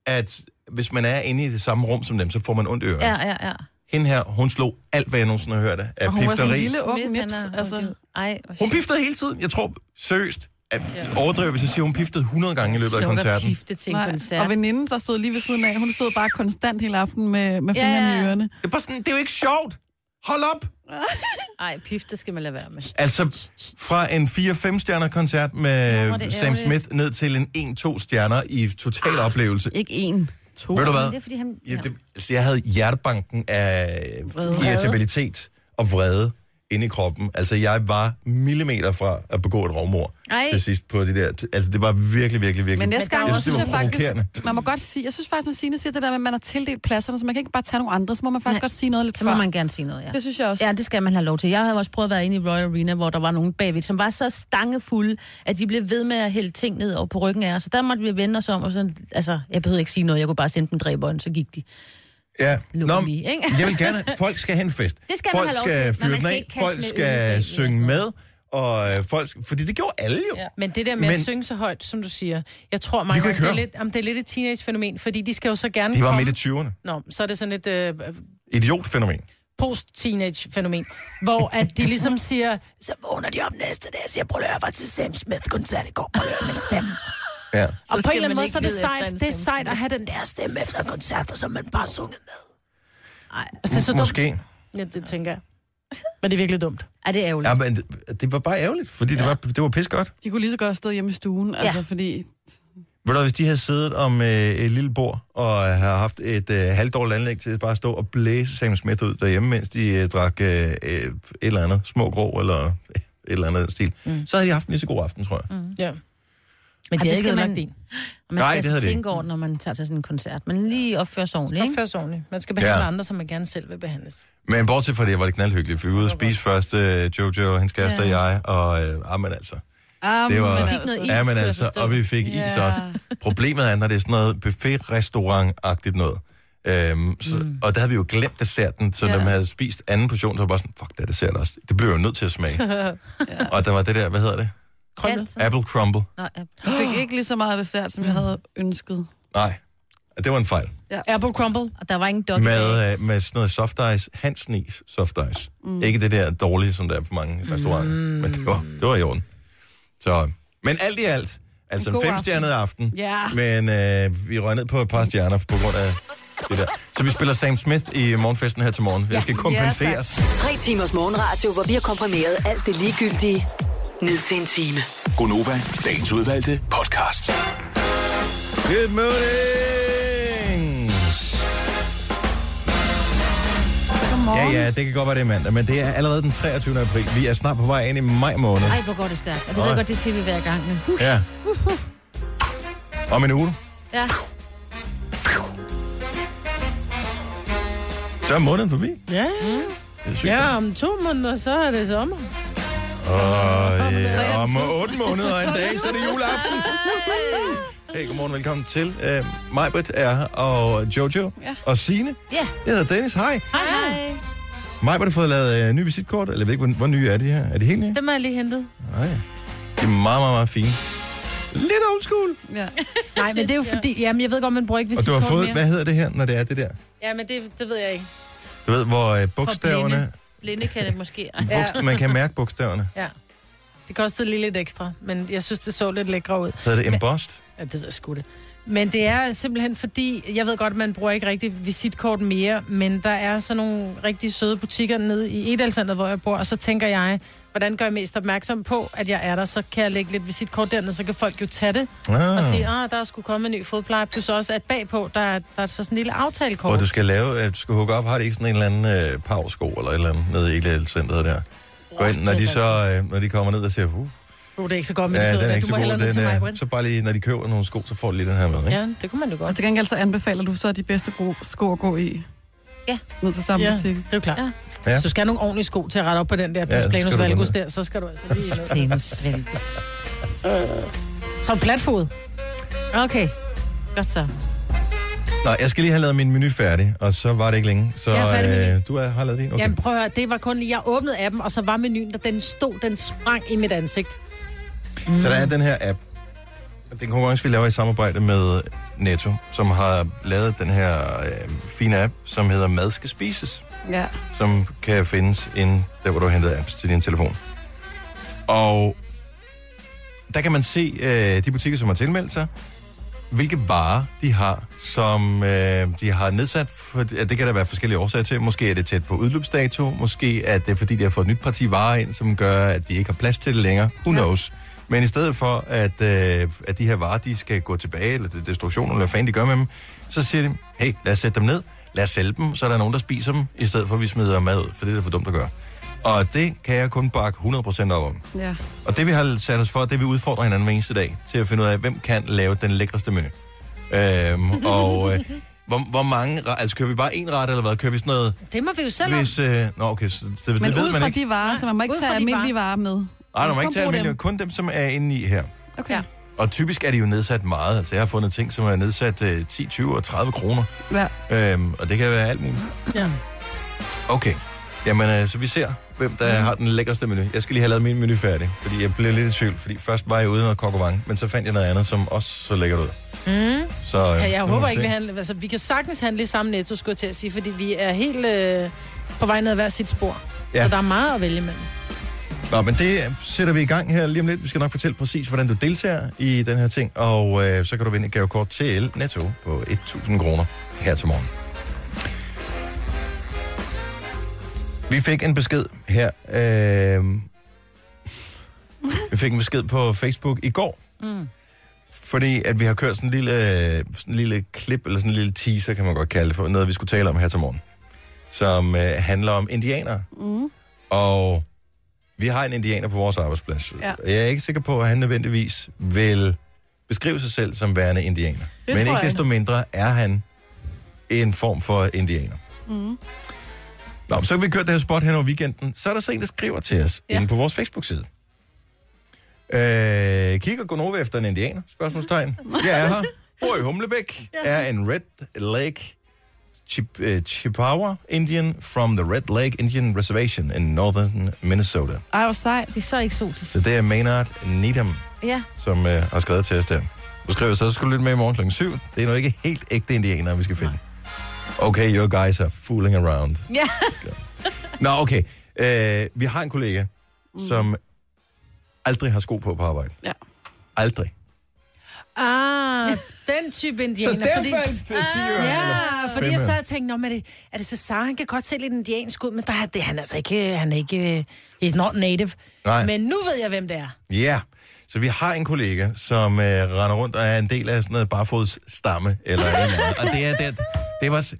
Speaker 1: at hvis man er inde i det samme rum som dem, så får man ondt i øret.
Speaker 4: Ja, ja, ja.
Speaker 1: Hende her, hun slog alt, hvad jeg nogensinde har hørt af
Speaker 3: Og hun var sådan
Speaker 1: pifteri.
Speaker 3: en lille ung
Speaker 4: Smith, han
Speaker 3: nips.
Speaker 4: er-
Speaker 3: Altså,
Speaker 4: Ej, hvor
Speaker 1: Hun piftede hele tiden. Jeg tror, seriøst, at overdriver, hvis jeg siger, hun piftede 100 gange i løbet af
Speaker 4: sjovt at
Speaker 1: koncerten.
Speaker 4: pifte til en
Speaker 3: nej.
Speaker 4: koncert.
Speaker 3: Og veninden, der stod lige ved siden af, hun stod bare konstant hele aftenen med, med fingrene
Speaker 4: Ja.
Speaker 3: i ørerne.
Speaker 1: Det er, bare sådan, det er jo ikke sjovt. Hold op!
Speaker 4: Ej, pif, det skal man lade være med.
Speaker 1: Altså, fra en 4-5 stjerner koncert med
Speaker 4: hvor
Speaker 1: Nå,
Speaker 4: er det
Speaker 1: Sam
Speaker 4: ærgerligt.
Speaker 1: Smith ned til en 1-2 stjerner i total ah, oplevelse.
Speaker 3: Ikke en. To.
Speaker 1: Ved du
Speaker 4: Men
Speaker 1: hvad?
Speaker 4: det er, fordi han...
Speaker 1: Ja, det, altså, jeg havde hjertebanken af
Speaker 4: Vrede.
Speaker 1: irritabilitet og vrede inde i kroppen. Altså, jeg var millimeter fra at begå et rovmor
Speaker 4: Ej.
Speaker 1: til sidst på det der. Altså, det var virkelig, virkelig, virkelig...
Speaker 3: Men næste
Speaker 4: der er
Speaker 3: gang,
Speaker 4: jo
Speaker 3: jeg
Speaker 4: også-
Speaker 3: synes
Speaker 1: det
Speaker 3: jeg
Speaker 1: var provokerende.
Speaker 3: faktisk, man må godt sige, jeg synes faktisk, når Signe siger det der med, at man har tildelt pladserne, så man kan ikke bare tage nogle andre, så må man faktisk
Speaker 4: Nej.
Speaker 3: godt sige noget lidt
Speaker 4: Så må
Speaker 3: før.
Speaker 4: man gerne sige noget, ja.
Speaker 3: Det synes jeg også.
Speaker 4: Ja, det skal man have lov til. Jeg havde også prøvet at være inde i Royal Arena, hvor der var nogen bagved, som var så stangefulde, at de blev ved med at hælde ting ned over på ryggen af os. Så der måtte vi vende os om, og sådan, altså, jeg behøvede ikke sige noget. Jeg kunne bare sende dem dræberen, så gik de.
Speaker 1: Ja.
Speaker 4: lukker
Speaker 1: men
Speaker 4: vi, ikke?
Speaker 1: jeg vil gerne, folk skal have en fest.
Speaker 4: Det skal man
Speaker 1: folk
Speaker 4: have lov til,
Speaker 1: skal fyre den
Speaker 4: men man skal
Speaker 1: af,
Speaker 4: ikke kaste
Speaker 1: folk
Speaker 4: med
Speaker 1: skal
Speaker 4: øl i og
Speaker 1: synge
Speaker 4: sådan
Speaker 1: med, og øh, folk, fordi det gjorde alle jo. Ja.
Speaker 4: Ja.
Speaker 2: Men det der med men,
Speaker 1: Men-
Speaker 2: at synge så højt, som du siger, jeg tror
Speaker 1: Vi
Speaker 2: mange
Speaker 1: kan
Speaker 2: gange,
Speaker 1: ikke
Speaker 2: det, er
Speaker 1: høre.
Speaker 2: lidt, jamen, det er lidt et teenage-fænomen, fordi de skal jo så gerne
Speaker 1: De var
Speaker 2: komme...
Speaker 1: midt i 20'erne.
Speaker 2: Nå, så er det sådan et øh,
Speaker 1: Idiotfænomen.
Speaker 2: post-teenage-fænomen, hvor at de ligesom siger, så vågner de op næste dag og siger, prøv at høre, jeg var til Sam Smith-koncert i går, prøv at høre min stemme.
Speaker 1: Ja.
Speaker 2: og på
Speaker 4: skal
Speaker 2: en eller anden
Speaker 4: man
Speaker 2: måde,
Speaker 4: ikke
Speaker 2: så er det
Speaker 4: lede efter
Speaker 2: sejt,
Speaker 4: en
Speaker 2: det er
Speaker 4: Sam
Speaker 2: sejt at have den der stemme efter en koncert, for så er man bare sunget med. Nej, altså, det er så dumt.
Speaker 1: Måske.
Speaker 2: Ja, det tænker jeg. Men det er virkelig dumt.
Speaker 4: Er det er ærgerligt?
Speaker 1: Ja, men det, det var bare ærgerligt, fordi ja. det var, det var pis godt.
Speaker 3: De kunne lige så godt have stået hjemme i stuen, altså, fordi
Speaker 1: Ved du, hvad, hvis de havde siddet om øh, et lille bord og havde haft et øh, halvdårligt anlæg til at bare stå og blæse Sam Smith ud derhjemme, mens de øh, drak øh, øh, et eller andet små grå eller øh, et eller andet af den stil, mm. så havde de haft en lige så god aften, tror jeg. Mm.
Speaker 2: Ja. Men
Speaker 4: det
Speaker 2: det er
Speaker 4: skal
Speaker 2: ikke
Speaker 4: man-
Speaker 2: man... din.
Speaker 4: Og man
Speaker 1: nej,
Speaker 4: skal
Speaker 1: det
Speaker 4: altså
Speaker 1: havde det
Speaker 4: tænke over, det, når man tager til sådan en koncert. Men lige opføre sig ordentligt, ikke?
Speaker 2: Opfør sig ordentligt. Man skal behandle
Speaker 1: Ja.
Speaker 2: ja. andre, som man gerne selv vil behandles.
Speaker 1: Men bortset fra det, var det knaldhyggeligt, for vi var ude og spise først, øh, Jojo, hendes kæreste ja. og jeg, og øh, ah, men altså.
Speaker 3: Ah,
Speaker 1: Det var,
Speaker 3: men
Speaker 4: fik noget is,
Speaker 1: ja, men
Speaker 4: skulle jeg
Speaker 1: altså,
Speaker 4: forstå.
Speaker 1: og vi fik is
Speaker 3: Ja.
Speaker 1: også. Problemet er, når det er sådan noget buffet-restaurant-agtigt noget. Øhm, så, mm. Og der havde vi jo glemt desserten, så ja.
Speaker 4: Ja.
Speaker 1: når man havde spist anden portion, så var jeg bare sådan, fuck, der er dessert også. Det blev jeg jo nødt til at smage. ja. Og der var det der, hvad hedder det?
Speaker 2: Krølle.
Speaker 4: Altså.
Speaker 1: Apple crumble.
Speaker 4: Nå, ja.
Speaker 3: jeg fik ikke lige så meget dessert, som jeg havde ønsket.
Speaker 1: Nej, det var en fejl.
Speaker 2: Apple crumble.
Speaker 4: Og der var ingen dog
Speaker 1: Med, øh, med sådan noget soft ice, Hansen is soft ice. Mm. Ikke det der dårlige, som der er på mange restauranter, men det var, det var i orden. Så, men alt i alt, altså en,
Speaker 3: god
Speaker 1: femstjernet aften,
Speaker 3: Ja.
Speaker 1: men øh, vi røg ned på et par stjerner på grund af det der. Så vi spiller Sam Smith i morgenfesten her til morgen. Ja. Jeg skal kompenseres.
Speaker 6: Tre timers morgenradio, hvor vi har komprimeret alt det ligegyldige ned til en time.
Speaker 7: Gonova, dagens udvalgte podcast.
Speaker 1: Good morning! Ja, ja, det kan godt være, det er mandag, men det er allerede den 23. april. Vi er snart på vej ind i maj måned.
Speaker 4: Ej, hvor går det stærkt. Og det ved
Speaker 1: Nej.
Speaker 4: jeg godt, det siger vi hver gang, men huh,
Speaker 1: Ja. Om en uge,
Speaker 3: [laughs]
Speaker 4: ja.
Speaker 1: så er måneden forbi.
Speaker 2: Ja,
Speaker 1: Det er sygt.
Speaker 2: ja. ja, om to måneder, så er det sommer.
Speaker 1: Og,
Speaker 3: tre
Speaker 1: ja,
Speaker 3: og
Speaker 1: om
Speaker 3: en
Speaker 1: otte måneder og en dag, så er det juleaften. Hey, godmorgen, velkommen til. Øh, Majbrit er her, og Jojo
Speaker 3: Ja.
Speaker 1: og Sine.
Speaker 4: Ja,
Speaker 1: Jeg hedder Dennis, hej.
Speaker 4: hej hej.
Speaker 1: Majbrit har fået lavet øh, nye visitkort, eller jeg ved ikke, hvor, hvor nye er de her? Er de helt nye?
Speaker 2: Dem har jeg lige hentet.
Speaker 1: Nej. De er meget, meget, meget fine. Lidt old school.
Speaker 3: Ja.
Speaker 2: Nej, men det er [laughs] jo fordi... Jamen, jeg ved godt, man bruger ikke
Speaker 1: Og du har
Speaker 2: visitkort
Speaker 1: fået,
Speaker 2: mere.
Speaker 1: hvad hedder det her, når det er det der?
Speaker 2: Ja, men det, det ved jeg ikke.
Speaker 1: Du ved, hvor øh, bogstaverne...
Speaker 4: Blinde kan det måske. Ej.
Speaker 2: Ja.
Speaker 1: Bogst- man kan mærke bogstaverne.
Speaker 2: Ja. Det kostede lige lidt ekstra, men jeg synes, det så lidt lækre ud.
Speaker 1: Hedder det embossed?
Speaker 2: Ja, det ved jeg sgu det. Men det er simpelthen fordi, jeg ved godt, man bruger ikke rigtig visitkort mere, men der er sådan nogle rigtig søde butikker nede i Edalcenteret, hvor jeg bor, og så tænker jeg, hvordan gør jeg mest opmærksom på, at jeg er der, så kan jeg lægge lidt visitkort dernede, så kan folk jo tage det
Speaker 1: Ah,
Speaker 2: og sige, ah, der er skulle komme en ny fodpleje, plus også, at bagpå, der er, der er så sådan en lille
Speaker 1: hvor
Speaker 2: aftalekort.
Speaker 1: du skal lave, at du skal hugge op, har det ikke sådan en eller anden øh, pavsko eller et eller andet nede i Elcenteret der. Gå ind, når de så, øh, når de kommer ned og siger, uh,
Speaker 2: Uh, det er ikke så godt med
Speaker 1: ja,
Speaker 2: de
Speaker 1: den er
Speaker 2: fødder,
Speaker 1: ikke
Speaker 2: du
Speaker 1: så
Speaker 2: må
Speaker 1: god,
Speaker 2: hellere ned til
Speaker 1: den,
Speaker 2: mig,
Speaker 1: er,
Speaker 2: Brind.
Speaker 1: så bare lige, når de køber nogle sko, så får de lige den her med, ikke?
Speaker 2: Ja, det kunne man jo
Speaker 3: Og
Speaker 2: godt.
Speaker 3: til gengæld så anbefaler du så de bedste gro- sko at gå i.
Speaker 4: Ja.
Speaker 3: Ned til samme
Speaker 2: Ja,
Speaker 3: ja.
Speaker 2: det
Speaker 3: butik.
Speaker 2: er jo klart.
Speaker 4: Ja.
Speaker 1: Ja.
Speaker 2: Ja. Så skal have nogle ordentlige sko til at rette op på den der
Speaker 1: så skal du
Speaker 2: planus
Speaker 1: gå
Speaker 2: valgus
Speaker 1: ned.
Speaker 2: der, så skal du altså lige ned.
Speaker 4: Venus, Venus.
Speaker 2: Som platfod.
Speaker 4: Okay, godt så.
Speaker 1: Nej, jeg skal lige have lavet min menu færdig, og så var det ikke længe. Så
Speaker 2: Jeg er færdig med
Speaker 1: øh, du er, har lavet din? Okay.
Speaker 2: Jamen prøv at høre, det var kun, jeg åbnede appen, og så var menuen, der den stod, den sprang i mit ansigt.
Speaker 1: Så der er den her app. Det er en konkurrence, vi laver i samarbejde med Netto, som har lavet den her øh, fine app, som hedder Mad skal spises,
Speaker 3: Ja.
Speaker 1: som kan findes inde der, hvor du har hentet apps til din telefon. Og der kan man se øh, de butikker, som har tilmeldt sig, hvilke varer de har, som øh, de har nedsat. For, at det kan der være forskellige årsager til. Måske er det tæt på udløbsdato. Måske er det, fordi de har fået et nyt parti varer ind, som gør, at de ikke har plads til det længere. Who knows? Men i stedet for, at, øh, at de her varer, de skal gå tilbage, eller til destruktion, eller hvad fanden de gør med dem, så siger de, hey, lad os sætte dem ned, lad os sælge dem, så er der nogen, der spiser dem, i stedet for, at vi smider mad ud, for det er det for dumt at gøre. Og det kan jeg kun bakke 100% op om.
Speaker 3: ja.
Speaker 1: Og det vi har sat os for, det er, vi udfordrer hinanden hver eneste dag, til at finde ud af, hvem kan lave den lækreste menu. Øhm, og øh, hvor, hvor mange, re- altså kører vi bare en ret, eller hvad? Kører vi sådan noget,
Speaker 2: Det må vi jo selv om.
Speaker 1: hvis... Øh, nå, okay, så, så det
Speaker 3: Men
Speaker 1: ved
Speaker 3: ud
Speaker 1: man
Speaker 3: fra
Speaker 1: ikke.
Speaker 3: de varer, så man må ikke
Speaker 2: ud
Speaker 3: tage
Speaker 2: fra de
Speaker 3: almindelige varer med.
Speaker 1: Nej, du må ikke
Speaker 3: Kun
Speaker 1: tage
Speaker 3: brug dem.
Speaker 1: almindelige, kun dem, som er inde i her.
Speaker 3: Okay. Ja.
Speaker 1: Og typisk er de jo nedsat meget. Altså, jeg har fundet ting, som er nedsat øh, 10, 20 og 30 kroner.
Speaker 3: ja.
Speaker 1: Øhm, og det kan være alt muligt.
Speaker 2: Ja.
Speaker 1: Okay. Jamen, øh, så vi ser, hvem der har den lækreste menu. Jeg skal lige have lavet min menu færdig, fordi jeg blev lidt i tvivl. Fordi først var jeg ude noget kokovange, men så fandt jeg noget andet, som også så lækkert ud.
Speaker 2: Mm.
Speaker 1: Så, øh,
Speaker 2: Ja, jeg
Speaker 1: nu må
Speaker 2: håber
Speaker 1: vi
Speaker 2: ikke,
Speaker 1: se.
Speaker 2: vi handler. Altså, vi kan sagtens handle i samme netto, skulle jeg til at sige, fordi vi er helt øh, på vej ned ad hver sit spor.
Speaker 1: Ja.
Speaker 2: Ja. Så der er meget at vælge med.
Speaker 1: Nå, men det øh, sætter vi i gang her lige om lidt. Vi skal nok fortælle præcis, hvordan du deltager i den her ting, og øh, så kan du vinde et gavekort til Netto på 1.000 kroner her til morgen. Vi fik en besked her. Øh, vi fik en besked på Facebook i går,
Speaker 4: Mm.
Speaker 1: fordi at vi har kørt sådan en lille, sådan en lille klip, eller sådan en lille teaser, kan man godt kalde det for, noget vi skulle tale om her til morgen, som øh, handler om indianere.
Speaker 3: Mm.
Speaker 1: Og vi har en indianer på vores arbejdsplads.
Speaker 3: Ja.
Speaker 1: Jeg er ikke sikker på, at han nødvendigvis vil beskrive sig selv som værende indianer. Men ikke
Speaker 3: jeg.
Speaker 1: desto mindre er han en form for indianer.
Speaker 3: Mm.
Speaker 1: Nå, men så kan vi køre det her spot hen over weekenden. Så er der så en, der skriver til os ja.
Speaker 3: Ja.
Speaker 1: inde på vores Facebook-side. Øh, kigger Gunova efter en indianer?
Speaker 3: [laughs]
Speaker 1: Spørgsmålstegn. Jeg er her. Bor i Humlebæk. Er en Red Lake Chip, uh, Chippewa Indian from the Red Lake Indian Reservation in northern Minnesota.
Speaker 3: Ej, hvor sejt.
Speaker 4: Det er så eksotisk.
Speaker 1: Så det er Maynard Needham,
Speaker 4: Ja,
Speaker 1: som øh, har skrevet til os der. Du skriver, så skal du lytte med i morgen klokken 7. Det er nok ikke helt ægte indianere, vi skal finde. Okay, your guys are fooling around.
Speaker 4: Ja.
Speaker 1: Skriver han. [laughs] Nå, okay. Øh, vi har en kollega, mm. som aldrig har sko på på arbejde.
Speaker 3: Ja.
Speaker 1: Aldrig.
Speaker 2: Ah, den type indianer. altså, Ah, Ja, fordi jeg
Speaker 1: Fem
Speaker 2: sad og tænkte, Nå, men er det, er det så Sara? Han kan godt se lidt indiansk ud, men der, er det, han er altså ikke, han er ikke, he's not native.
Speaker 1: Nej.
Speaker 2: Men nu ved jeg, hvem det er.
Speaker 1: Ja, så vi har en kollega, som øh, render rundt og er en del af sådan noget barfods stamme, eller et eller andet. Og det er det, det var s-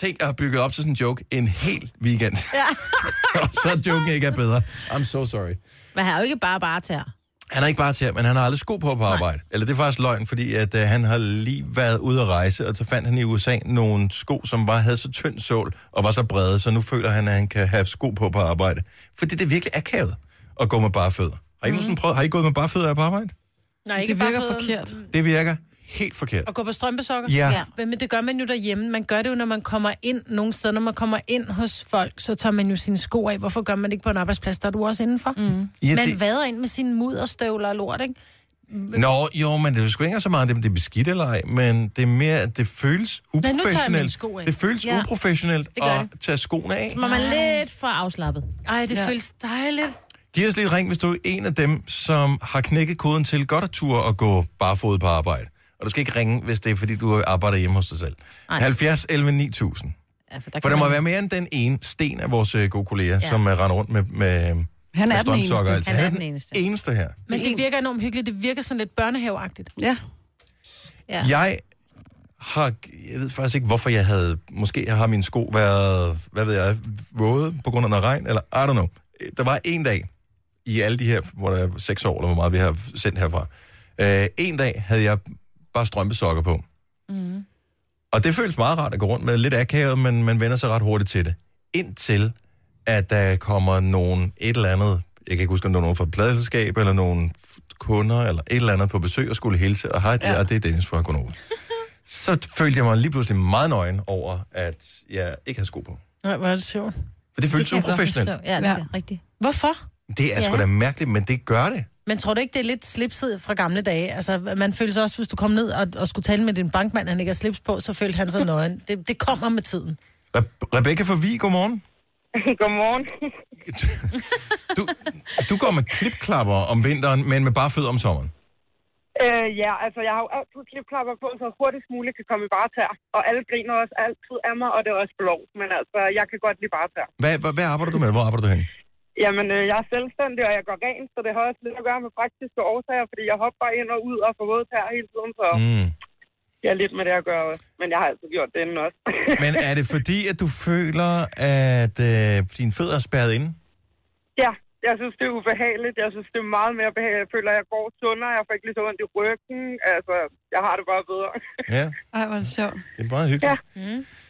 Speaker 1: tænk at have bygget op til sådan en joke en hel weekend. Ja. [laughs] og så er joken ikke er bedre. I'm so sorry.
Speaker 4: men han er jo ikke bare bare tær.
Speaker 1: Han er ikke bare til, men han har aldrig sko på på arbejde. Nej. Eller det er faktisk løgn, fordi at, øh, han har lige været ude at rejse, og så fandt han i USA nogle sko, som bare havde så tynd sål og var så brede, så nu føler han, at han kan have sko på på arbejde. Fordi det er virkelig akavet at gå med bare fødder. Har I nogensinde prøvet, har I gået med bare fødder på arbejde?
Speaker 2: Nej, ikke
Speaker 5: Det
Speaker 2: bare
Speaker 5: virker
Speaker 2: fødderne.
Speaker 5: forkert.
Speaker 1: Det virker helt forkert.
Speaker 2: At gå på strømpesokker?
Speaker 1: Ja. Ja.
Speaker 2: Men men det gør man jo derhjemme. Man gør det jo, når man kommer ind nogle steder. Når man kommer ind hos folk, så tager man jo sine sko af. Hvorfor gør man det ikke på en arbejdsplads? Der er du også indenfor. Mm.
Speaker 1: Ja,
Speaker 2: man
Speaker 1: det-
Speaker 2: vader ind med sine mudderstøvler og lort, ikke?
Speaker 1: Nå, jo, men det er sgu ikke engang så meget, det, om det er beskidt eller ej, men det er mere, at det føles
Speaker 2: tager jeg mine
Speaker 1: uprofessionelt.
Speaker 2: sko af.
Speaker 1: det føles
Speaker 4: Ja.
Speaker 1: uprofessionelt
Speaker 4: Det gør
Speaker 1: at tage skoene af.
Speaker 4: Må man lidt for afslappet.
Speaker 2: Ej, det ja. føles dejligt.
Speaker 1: Giv os lige et ring, hvis du er en af dem, som har knækket koden til godt at ture og gå barefod på arbejde. Og du skal ikke ringe, hvis det er, fordi du arbejder hjemme hos dig selv. Ej. 70 11 9000.
Speaker 4: Ja, for der,
Speaker 1: For
Speaker 4: kan
Speaker 1: der må
Speaker 4: man-
Speaker 1: være mere end den ene sten af vores øh, gode kolleger, ja. som uh, render rundt med, med
Speaker 3: Han
Speaker 1: med
Speaker 3: er den
Speaker 1: strømsokker og
Speaker 3: eneste.
Speaker 1: alt.
Speaker 4: Han er den eneste.
Speaker 1: eneste her.
Speaker 2: Men det virker enormt hyggeligt. Det virker sådan lidt børnehaveagtigt.
Speaker 3: Ja.
Speaker 4: Ja.
Speaker 1: Jeg har, jeg ved faktisk ikke, hvorfor jeg havde, måske har mine sko været, hvad ved jeg, våde på grund af noget regn, eller I don't know. Der var en dag i alle de her, hvor der er seks år, eller hvor meget vi har sendt herfra. Øh, en dag havde jeg bare strømpesokker på. Mm. Og det føles meget rart at gå rundt med. Lidt akavet, men man vender sig ret hurtigt til det. Indtil, at der kommer nogen et eller andet, jeg kan ikke huske, om det var nogen fra et pladeselskab, eller nogen kunder, eller et eller andet på besøg og skulle hilse, og hej, det, ja. og det er Dennis fra Gonova
Speaker 4: [laughs]
Speaker 1: så følte jeg mig lige pludselig meget nøgen over, at jeg ikke havde sko på.
Speaker 2: Nej, hvor er det sjovt.
Speaker 1: For det føltes
Speaker 4: kan jeg godt
Speaker 1: uprofessionelt.
Speaker 4: forstå. Ja, det
Speaker 3: Ja.
Speaker 4: er ja. rigtigt.
Speaker 2: Hvorfor?
Speaker 1: Det er sgu da mærkeligt, men det gør det.
Speaker 2: Men tror du ikke, det er lidt slipset fra gamle dage? Altså, man føler sig også, hvis du kom ned og, og skulle tale med din bankmand, han ikke har slips på, så følte han
Speaker 4: [laughs]
Speaker 2: sig nøgen. Det, det kommer med tiden.
Speaker 1: Re- Rebecca fra Vig, godmorgen.
Speaker 8: [laughs] Godmorgen.
Speaker 1: Du, du går med klipklapper om vinteren, men med bare fødder om sommeren.
Speaker 8: Øh, ja, altså jeg har jo altid klipklapper på, så hurtigst muligt kan komme i bare tær. Og alle griner også altid af mig, og det er også blå. Men altså, jeg kan godt lide bare tær.
Speaker 1: Hvad, hvad, hvad arbejder du med? Hvor arbejder du hen?
Speaker 8: Jamen, øh, jeg er selvstændig, og jeg går rent, så det har også lidt at gøre med praktiske årsager, fordi jeg hopper ind og ud og får våde tær hele tiden, så mm.
Speaker 1: Mm.
Speaker 8: jeg er lidt med det at gøre også. Men jeg har altid gjort det inden også. [laughs]
Speaker 1: Men er det fordi, at du føler, at øh, dine fødder er spærret inde?
Speaker 8: ja, jeg synes, det er ubehageligt. Jeg synes, det er meget mere behageligt. Jeg føler, at jeg går sundere, jeg får ikke lige så ondt i ryggen. Altså, jeg har det bare bedre. [laughs]
Speaker 1: Ja,
Speaker 3: Ej, hvor er det sjovt.
Speaker 1: det er meget hyggeligt.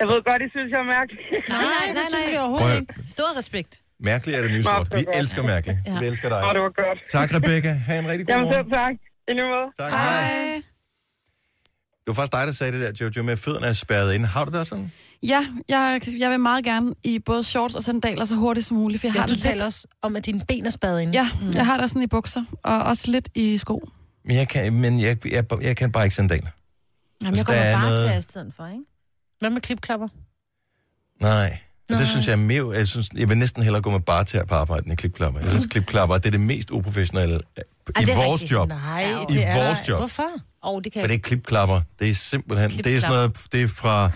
Speaker 8: jeg ved godt, I synes, jeg er mærkelig.
Speaker 2: Nej, nej, det synes jeg
Speaker 1: Prøv
Speaker 2: overhovedet
Speaker 1: at-
Speaker 2: ikke.
Speaker 4: Stor respekt.
Speaker 1: Mærkeligt er det nye sort. Vi elsker mærkeligt, så vi elsker dig.
Speaker 8: Nå, det var godt.
Speaker 1: Tak, Rebecca. Ha' en rigtig god
Speaker 8: Jamen, selv
Speaker 1: morgen.
Speaker 8: tak. I lige måde.
Speaker 1: Tak. Hej. Det var faktisk dig, der sagde det der, Jojo, med at fødderne er spærret inde. Har du det også sådan?
Speaker 3: Ja, jeg, jeg vil meget gerne i både shorts og sandaler så hurtigt som muligt, for jeg
Speaker 2: Ja,
Speaker 3: har
Speaker 2: du
Speaker 3: det lidt,
Speaker 2: taler Mm. også om, at dine ben er spadet ind.
Speaker 3: ja, jeg har det sådan i bukser, og også lidt i sko.
Speaker 1: Men jeg kan, men jeg, jeg, jeg kan bare ikke sandaler. jeg
Speaker 4: Jamen, jeg
Speaker 1: går med Der er
Speaker 4: kommer bare
Speaker 1: noget-
Speaker 4: til
Speaker 1: tær
Speaker 4: i stedet for, ikke?
Speaker 2: Hvad med klipklapper?
Speaker 1: Nej. Nej. Det synes jeg er mere... Jeg, synes, jeg vil næsten hellere gå med bare tær på arbejde end i klipklapper. Jeg synes, klipklapper det er det mest uprofessionelle øh, i
Speaker 4: det er
Speaker 1: vores
Speaker 4: rigtigt.
Speaker 1: job.
Speaker 2: Nej,
Speaker 4: Ja,
Speaker 1: I vores job.
Speaker 2: Hvorfor?
Speaker 4: Og det kan
Speaker 1: For det
Speaker 4: jeg
Speaker 1: er klipklapper. Det er simpelthen... Det er sådan noget... Det er fra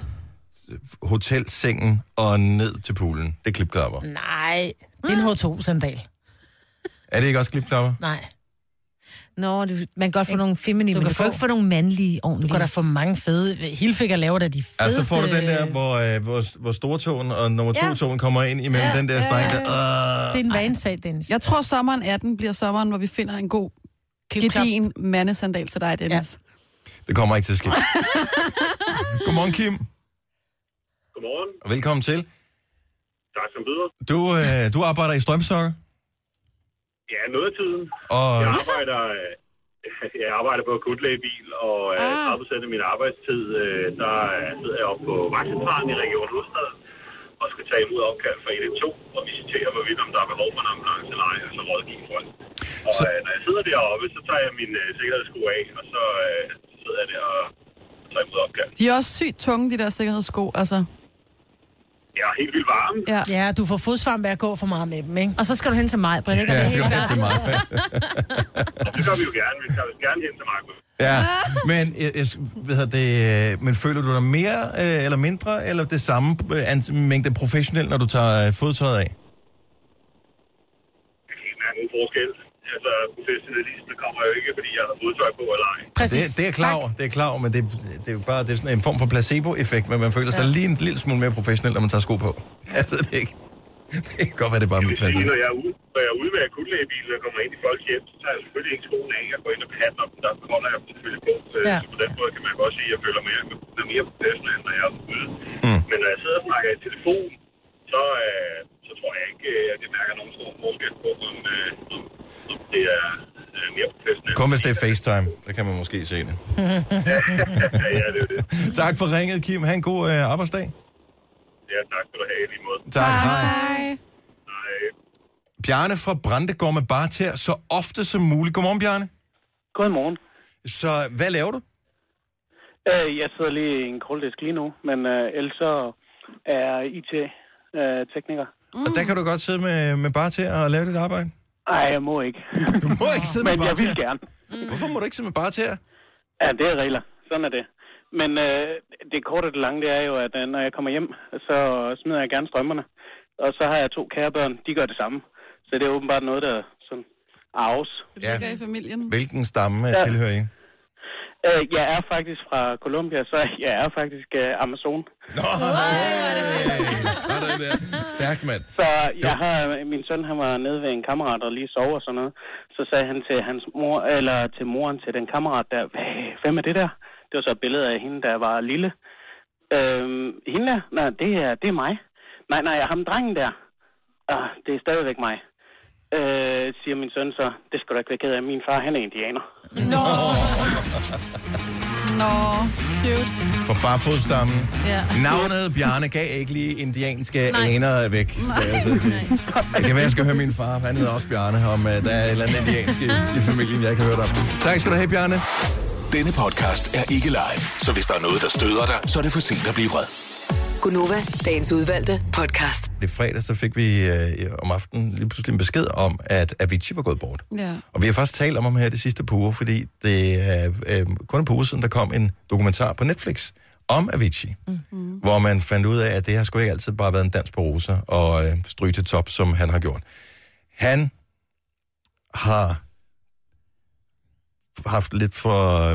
Speaker 1: hotelsengen og ned til poolen. Det er klipklapper.
Speaker 2: Nej. Det er en H2-sandal.
Speaker 1: Er det ikke også klipklapper?
Speaker 2: Nej.
Speaker 4: Nå, du, man kan godt få nogle feminine,
Speaker 2: Du
Speaker 4: men
Speaker 2: kan
Speaker 4: du
Speaker 2: få-
Speaker 4: kan ikke få nogle mandlige
Speaker 2: Du
Speaker 4: ordentlige.
Speaker 2: kan da få mange fede... Hilfiger laver da de fedeste...
Speaker 1: Ja, så får du den der, hvor, øh, hvor, hvor stortåen og nummer to tåen kommer ind imellem ja. den der stang. Der,
Speaker 2: Det er en vanesag, Dennis.
Speaker 3: Jeg tror, sommeren 18 bliver sommeren, hvor vi finder en god,
Speaker 2: Klipklap.
Speaker 3: gedin mandesandal til dig, Dennis.
Speaker 1: øh, det kommer ikke til [laughs] at ske. Godmorgen, Kim.
Speaker 9: Godmorgen.
Speaker 1: Og velkommen til.
Speaker 9: Tak som byder.
Speaker 1: Du, øh, du arbejder i strømsokker,
Speaker 9: Ja, noget af tiden.
Speaker 1: og
Speaker 9: Jeg arbejder, øh, jeg arbejder på akutlægebil, og
Speaker 3: Ah.
Speaker 9: øh, 30 procent af min arbejdstid, øh, der øh, sidder jeg oppe på vagtcentralen i Region Hovedstaden og skal tage imod opkald fra 112 og visitere, hvorvidt om der er behov for en ambulance eller ej, og så rådgive folk. Og
Speaker 1: Så-
Speaker 9: øh, når jeg sidder deroppe, så tager jeg min øh, sikkerhedssko af, og så øh, sidder jeg der og tager imod opkald.
Speaker 3: De er også sygt tunge, de der sikkerhedssko, altså.
Speaker 9: Jeg er helt vildt varm.
Speaker 3: Ja.
Speaker 2: Ja, du får fodsvarm ved at gå for meget med dem, ikke?
Speaker 4: Og så skal du hen til mig, Britt, ikke? Og
Speaker 1: Ja,
Speaker 4: det
Speaker 1: så
Speaker 4: er
Speaker 1: kom
Speaker 4: helt
Speaker 1: hen til mig.
Speaker 9: Det gør vi jo gerne. Vi tager gerne hen til Markus.
Speaker 1: Ja, men, jeg, jeg, hvad hedder det, øh, men føler du dig mere øh, eller mindre, eller det samme øh, ans- mængde professionel, når du tager øh, fodtøjet af?
Speaker 9: en anden forskel. Altså, professionalisme kommer jo ikke, fordi jeg har fodtøj på eller ej.
Speaker 2: Præcis.
Speaker 1: Det, det er jeg klar over, det er jeg klar over, men det, det er jo bare det er sådan en form for placebo-effekt, men man føler sig ja. lige en lille smule mere professionel, når man tager sko på. [laughs] Jeg ved det ikke. Det kan godt være, det er bare
Speaker 9: Det
Speaker 1: mit
Speaker 9: vil sige,
Speaker 1: fantasi.
Speaker 9: når jeg er ude, når jeg er ude med akutlægebilen og kommer ind i folks hjem, så tager jeg selvfølgelig ikke skoene af. Jeg går ind og behandler dem, der holder jeg dem selvfølgelig på.
Speaker 2: Ja.
Speaker 9: Ja. Så på den måde kan man godt sige, at jeg føler mere, jeg er mere professionel, når jeg er ude. Mm. Men når jeg sidder og snakker i telefon, så, øh, så tror jeg ikke, øh, at jeg mærker nogen stor forskel på, om, øh, om det er øh, mere professionelt.
Speaker 1: Kun hvis det er FaceTime, der kan man måske se det.
Speaker 9: [laughs] ja, det er jo det.
Speaker 1: Tak for ringet, Kim. Ha' en god øh, arbejdsdag.
Speaker 9: Ja, tak skal du have i lige måde.
Speaker 1: Tak. Hej.
Speaker 9: Hej.
Speaker 1: Bjarne fra Brande går med bar til så ofte som muligt. Godmorgen, Bjarne.
Speaker 10: Godmorgen.
Speaker 1: Så hvad laver du?
Speaker 10: Øh, jeg sidder lige i en kolddisk lige nu, men øh, ellers så er øh, IT-tekniker.
Speaker 1: Mm. Og der kan du godt sidde med, med bar til og lave dit arbejde.
Speaker 10: Nej, jeg må ikke. [laughs]
Speaker 1: Du må ikke sidde med
Speaker 10: men
Speaker 1: bar
Speaker 10: jeg
Speaker 1: til.
Speaker 10: vil gerne.
Speaker 1: Hvorfor må du ikke sidde med bar til?
Speaker 10: Ja, det er regler. Sådan er det. Men øh, det korte og det lange, det er jo, at øh, når jeg kommer hjem, så smider jeg gerne strømmerne. Og så har jeg to kære børn, de gør det samme. Så det er åbenbart noget, der sådan arves.
Speaker 3: Det
Speaker 1: Ja.
Speaker 3: ligger i familien.
Speaker 1: Hvilken stamme ja.
Speaker 10: Ja.
Speaker 1: tilhører I?
Speaker 10: Øh, jeg er faktisk fra Colombia, så jeg er faktisk øh, Amazon.
Speaker 1: Nå, sådan der. Stærkt, mand.
Speaker 10: Så jeg har, min søn han var nede ved en kammerat og lige sov og sådan noget. Så sagde han til hans mor, eller til moren til den kammerat der, "Hvad, hvem er det der? Det var så et billede af hende, der var lille. Øhm, hende der? Nej, det er, det er mig. Nej, nej, ham drengen der. Ah, det er stadigvæk mig. Øh, siger min søn så, det skal du ikke være ked af, min far han er indianer.
Speaker 3: Nå, cute.
Speaker 1: For barfodstammen.
Speaker 4: Ja.
Speaker 1: Navnet Bjarne gav ikke lige indianske aner væk, skal jeg så sige. Det kan være, jeg skal høre min far. Han hedder også Bjarne, om uh, der er et eller andet indiansk i- i familien, jeg ikke har hørt om. Tak skal du have, Bjarne.
Speaker 7: Denne podcast er ikke live, så hvis der er noget, der støder dig, så er det for sent at blive vred.
Speaker 6: Gunova, dagens udvalgte podcast.
Speaker 1: Det er fredag, så fik vi øh, om aftenen lige pludselig en besked om, at Avicii var gået bort.
Speaker 3: Ja.
Speaker 1: Og vi har faktisk talt om ham her de sidste par uger, fordi det er øh, kun et par uger siden, der kom en dokumentar på Netflix om Avicii, mm-hmm. hvor man fandt ud af, at det har sgu ikke altid bare været en dans på roser og øh, stryge til top, som han har gjort. Han har haft lidt for,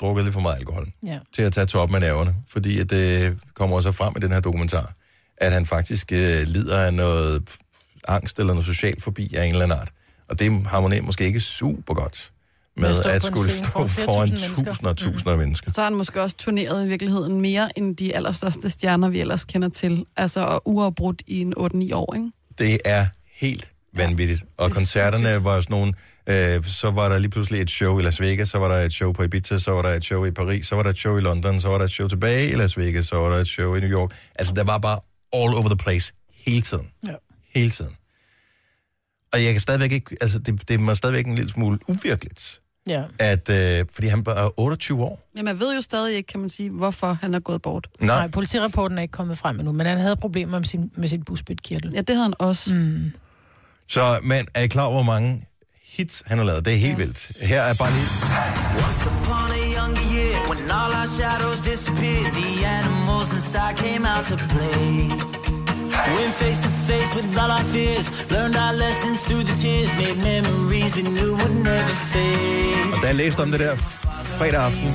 Speaker 1: drukket lidt for meget alkohol
Speaker 2: Ja.
Speaker 1: til at tage toppen af næverne, fordi at det kommer også frem i den her dokumentar, at han faktisk øh, lider af noget angst eller noget social forbi af en eller anden art. Og det harmonerer måske ikke super godt
Speaker 2: Med at
Speaker 1: med
Speaker 2: stå
Speaker 1: at
Speaker 2: på en
Speaker 1: skulle
Speaker 2: scene
Speaker 1: stå
Speaker 2: foran flere
Speaker 1: foran
Speaker 2: tusind mennesker. Mm.
Speaker 1: tusinder og tusinder af mennesker.
Speaker 3: Så har han måske også turneret i virkeligheden mere end de allerstørste stjerner, vi ellers kender til. Altså og uafbrudt i en 8-9 år, ikke?
Speaker 1: Det er helt vanvittigt. Og
Speaker 3: det er
Speaker 1: koncerterne
Speaker 3: sindssygt.
Speaker 1: var sådan nogle... Øh, så var der lige pludselig et show i Las Vegas, så var der et show på Ibiza, så var der et show i Paris, så var der et show i London, så var der et show tilbage i Las Vegas, så var der et show i New York. Altså, der var bare all over the place hele tiden.
Speaker 2: Ja.
Speaker 1: Hele tiden. Og jeg kan stadigvæk ikke... Altså, det, det er mig stadigvæk en lille smule uvirkeligt,
Speaker 2: ja.
Speaker 1: at... Øh, fordi han bare er 28 år.
Speaker 3: Men man ved jo stadig ikke, kan man sige, hvorfor han er gået bort.
Speaker 1: Nej,
Speaker 2: Nej, politirapporten er ikke kommet frem endnu, men han havde problemer med sin, med sin busbytkirtel.
Speaker 3: Ja, det havde han også. Mm.
Speaker 1: Så, men er I klar over, hvor mange hits han har lavet? Det er helt ja. vildt. Her er bare lige... Og da jeg læste om det der f- fredag aften,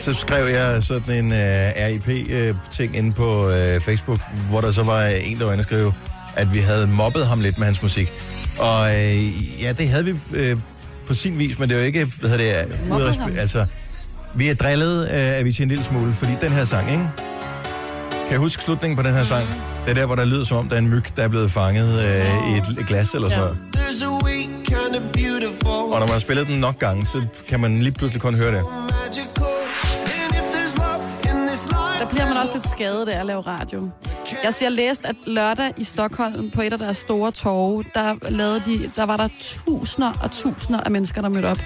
Speaker 1: så skrev jeg sådan en uh, RIP-ting uh, inde på uh, Facebook, hvor der så var en, der var inde og skrev, at vi havde mobbet ham lidt med hans musik. Og uh, ja, det havde vi uh, på sin vis, men det var ikke, hvad hedder det, uh, ud af, sp- altså, vi er drillet uh, Avicii en lille smule, fordi den her sang, ikke? Kan I huske slutningen på den her sang? Det er der, hvor der lyder som om, der er en myg, der er blevet fanget øh, i et glas eller sådan noget. Og når man har spillet den nok gange, så kan man lige pludselig kun høre det.
Speaker 3: Der bliver man også lidt skadet af at lave radio. Jeg, jeg læste, at lørdag i Stockholm på et af deres store torve, der, lavede de, der var der tusinder og tusinder af mennesker, der mødte op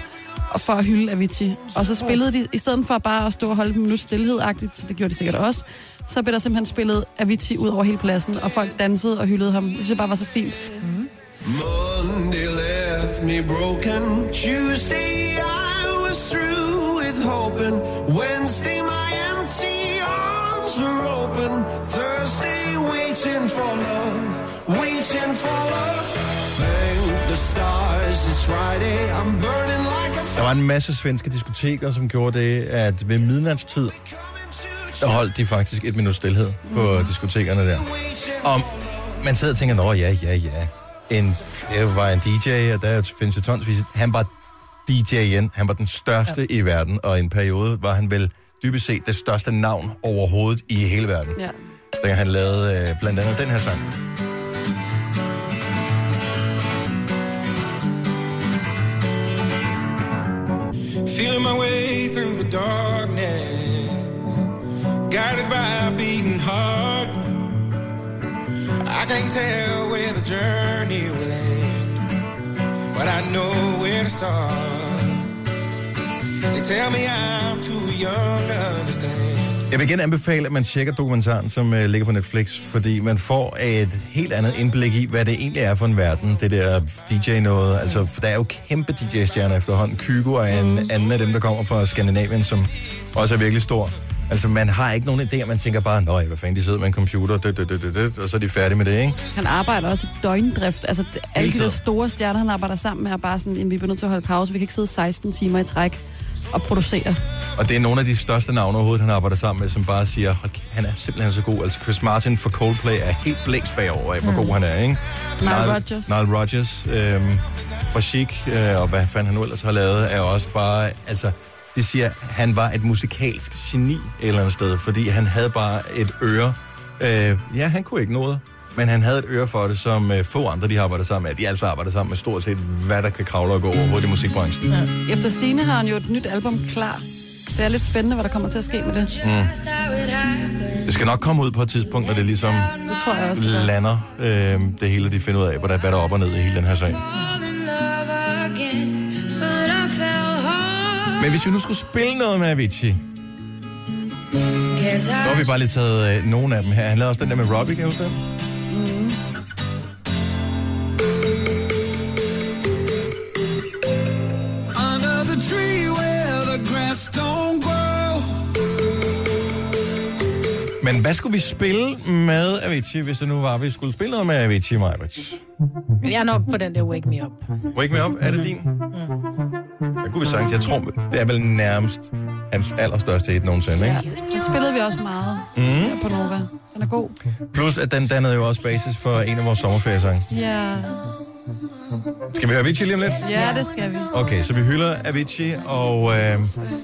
Speaker 3: og for at hylde Avicii. Og så spillede de, i stedet for bare at stå og holde en minut stillhed-agtigt, så det gjorde de sikkert også, så blev der simpelthen spillet Avicii ud over hele pladsen, og folk dansede og hyldede ham. Det synes jeg bare var så fint.
Speaker 11: Monday left me broken. Tuesday I was through with hoping. Wednesday my empty arms were open. Thursday waiting for love, waiting for love. Thank the stars it's Friday. I'm burning like a
Speaker 1: Der
Speaker 11: fire
Speaker 1: var en masse svenske diskoteker, som gjorde det, at ved midnatstid,
Speaker 11: coming to
Speaker 1: der holdt de faktisk et minut stillhed på diskotekerne der.
Speaker 11: waiting
Speaker 1: Og man sidder og tænker, nå ja, ja, ja. En, det var en DJ, og der findes jo tonsvis. Han var DJ igen. Han var den største ja. i verden, og i en periode var han vel dybest set det største navn overhovedet i hele verden.
Speaker 3: Ja.
Speaker 1: Da han lavede øh, blandt andet den her sang.
Speaker 12: feeling my way through the darkness, guided by a beating heart. I can't tell where the journey will end, but I know where to start. They tell me I'm too young to understand.
Speaker 1: Jeg vil igen anbefale, at man tjekker dokumentaren, som øh, ligger på Netflix, fordi man får et helt andet indblik i, hvad det egentlig er for en verden, det der DJ-noget. Altså, for der er jo kæmpe DJ-stjerner efterhånden. Kygo er en anden af dem, der kommer fra Skandinavien, som også er virkelig stor. Altså, man har ikke nogen idé, og man tænker bare, nej, hvad fanden, de sidder med en computer, død, død, død, død, død, og så er de færdige med det, ikke?
Speaker 3: Han arbejder også i døgndrift. Altså, det- alle de der
Speaker 1: tiden.
Speaker 3: store stjerner, han arbejder sammen med, er bare sådan, "Jamen, vi bliver nødt til at holde pause. Vi kan ikke sidde 16 timer i træk og producere.
Speaker 1: Og det er nogle af de største navne overhovedet, han arbejder sammen med, som bare siger, Hold, kæft, han er simpelthen så god. Altså Chris Martin for Coldplay er helt blæst bagover af, hvor
Speaker 3: Mm.
Speaker 1: god han er, ikke?
Speaker 3: Nile Rodgers.
Speaker 1: Nile Rodgers øh, fra Chic, øh, og hvad fanden han nu ellers har lavet, er også bare, altså, det siger, han var et musikalsk geni et eller andet sted, fordi han havde bare et øre. Øh, ja, han kunne ikke noget, men han havde et øre for det, som øh, få andre, de har arbejdet sammen med. De har altså arbejdet sammen med stort set, hvad der kan kravle og gå overhovedet i musikbranchen.
Speaker 3: Ja. Efter scene har han jo et nyt album klar. Det er lidt spændende, hvad der kommer til at ske med det.
Speaker 1: Mm. Det skal nok komme ud på et tidspunkt, når det ligesom
Speaker 3: Det tror jeg også. det er.
Speaker 1: lander øh, det hele, de finder ud af, hvordan, hvad der er op og ned i hele den her sag. Men hvis vi nu skulle spille noget med Avicii, så har vi bare lige taget øh, nogle af dem her. Han lavede også den der med Robbie, kan jeg huske den?
Speaker 11: Mm-hmm. Under the tree where the grass don't grow.
Speaker 1: Men hvad skulle vi spille med Avicii, hvis det nu var, at vi skulle spille noget med Avicii, Majbrits?
Speaker 2: Jeg er nok på den der Wake Me Up.
Speaker 1: Wake Me Up, er det din? Den kunne vi sagt, jeg tror, det er vel nærmest hans allerstørste hit nogensinde, ikke?
Speaker 3: Den spillede vi også meget
Speaker 1: Mm.
Speaker 3: her på Nova. Den er god.
Speaker 1: Plus, at den dannede jo også basis for en af vores sommerferiesange.
Speaker 3: Ja,
Speaker 1: Skal vi høre Avicii lige om lidt?
Speaker 3: ja det skal vi.
Speaker 1: Okay, så vi hylder Avicii og øh,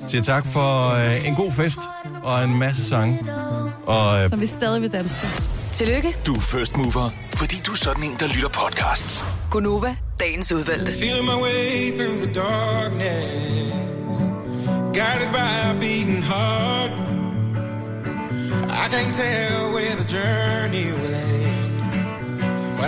Speaker 1: siger tak for øh, en god fest og en masse sange. Og øh,
Speaker 3: Som vi stadig vil danse til.
Speaker 6: Tillykke,
Speaker 7: Du er first mover, fordi du er sådan en, der lytter podcasts.
Speaker 6: Gunova, dagens udvalgte.
Speaker 12: Feeling my way through the darkness, guided by a beating heart. I can't tell where the journey will end, but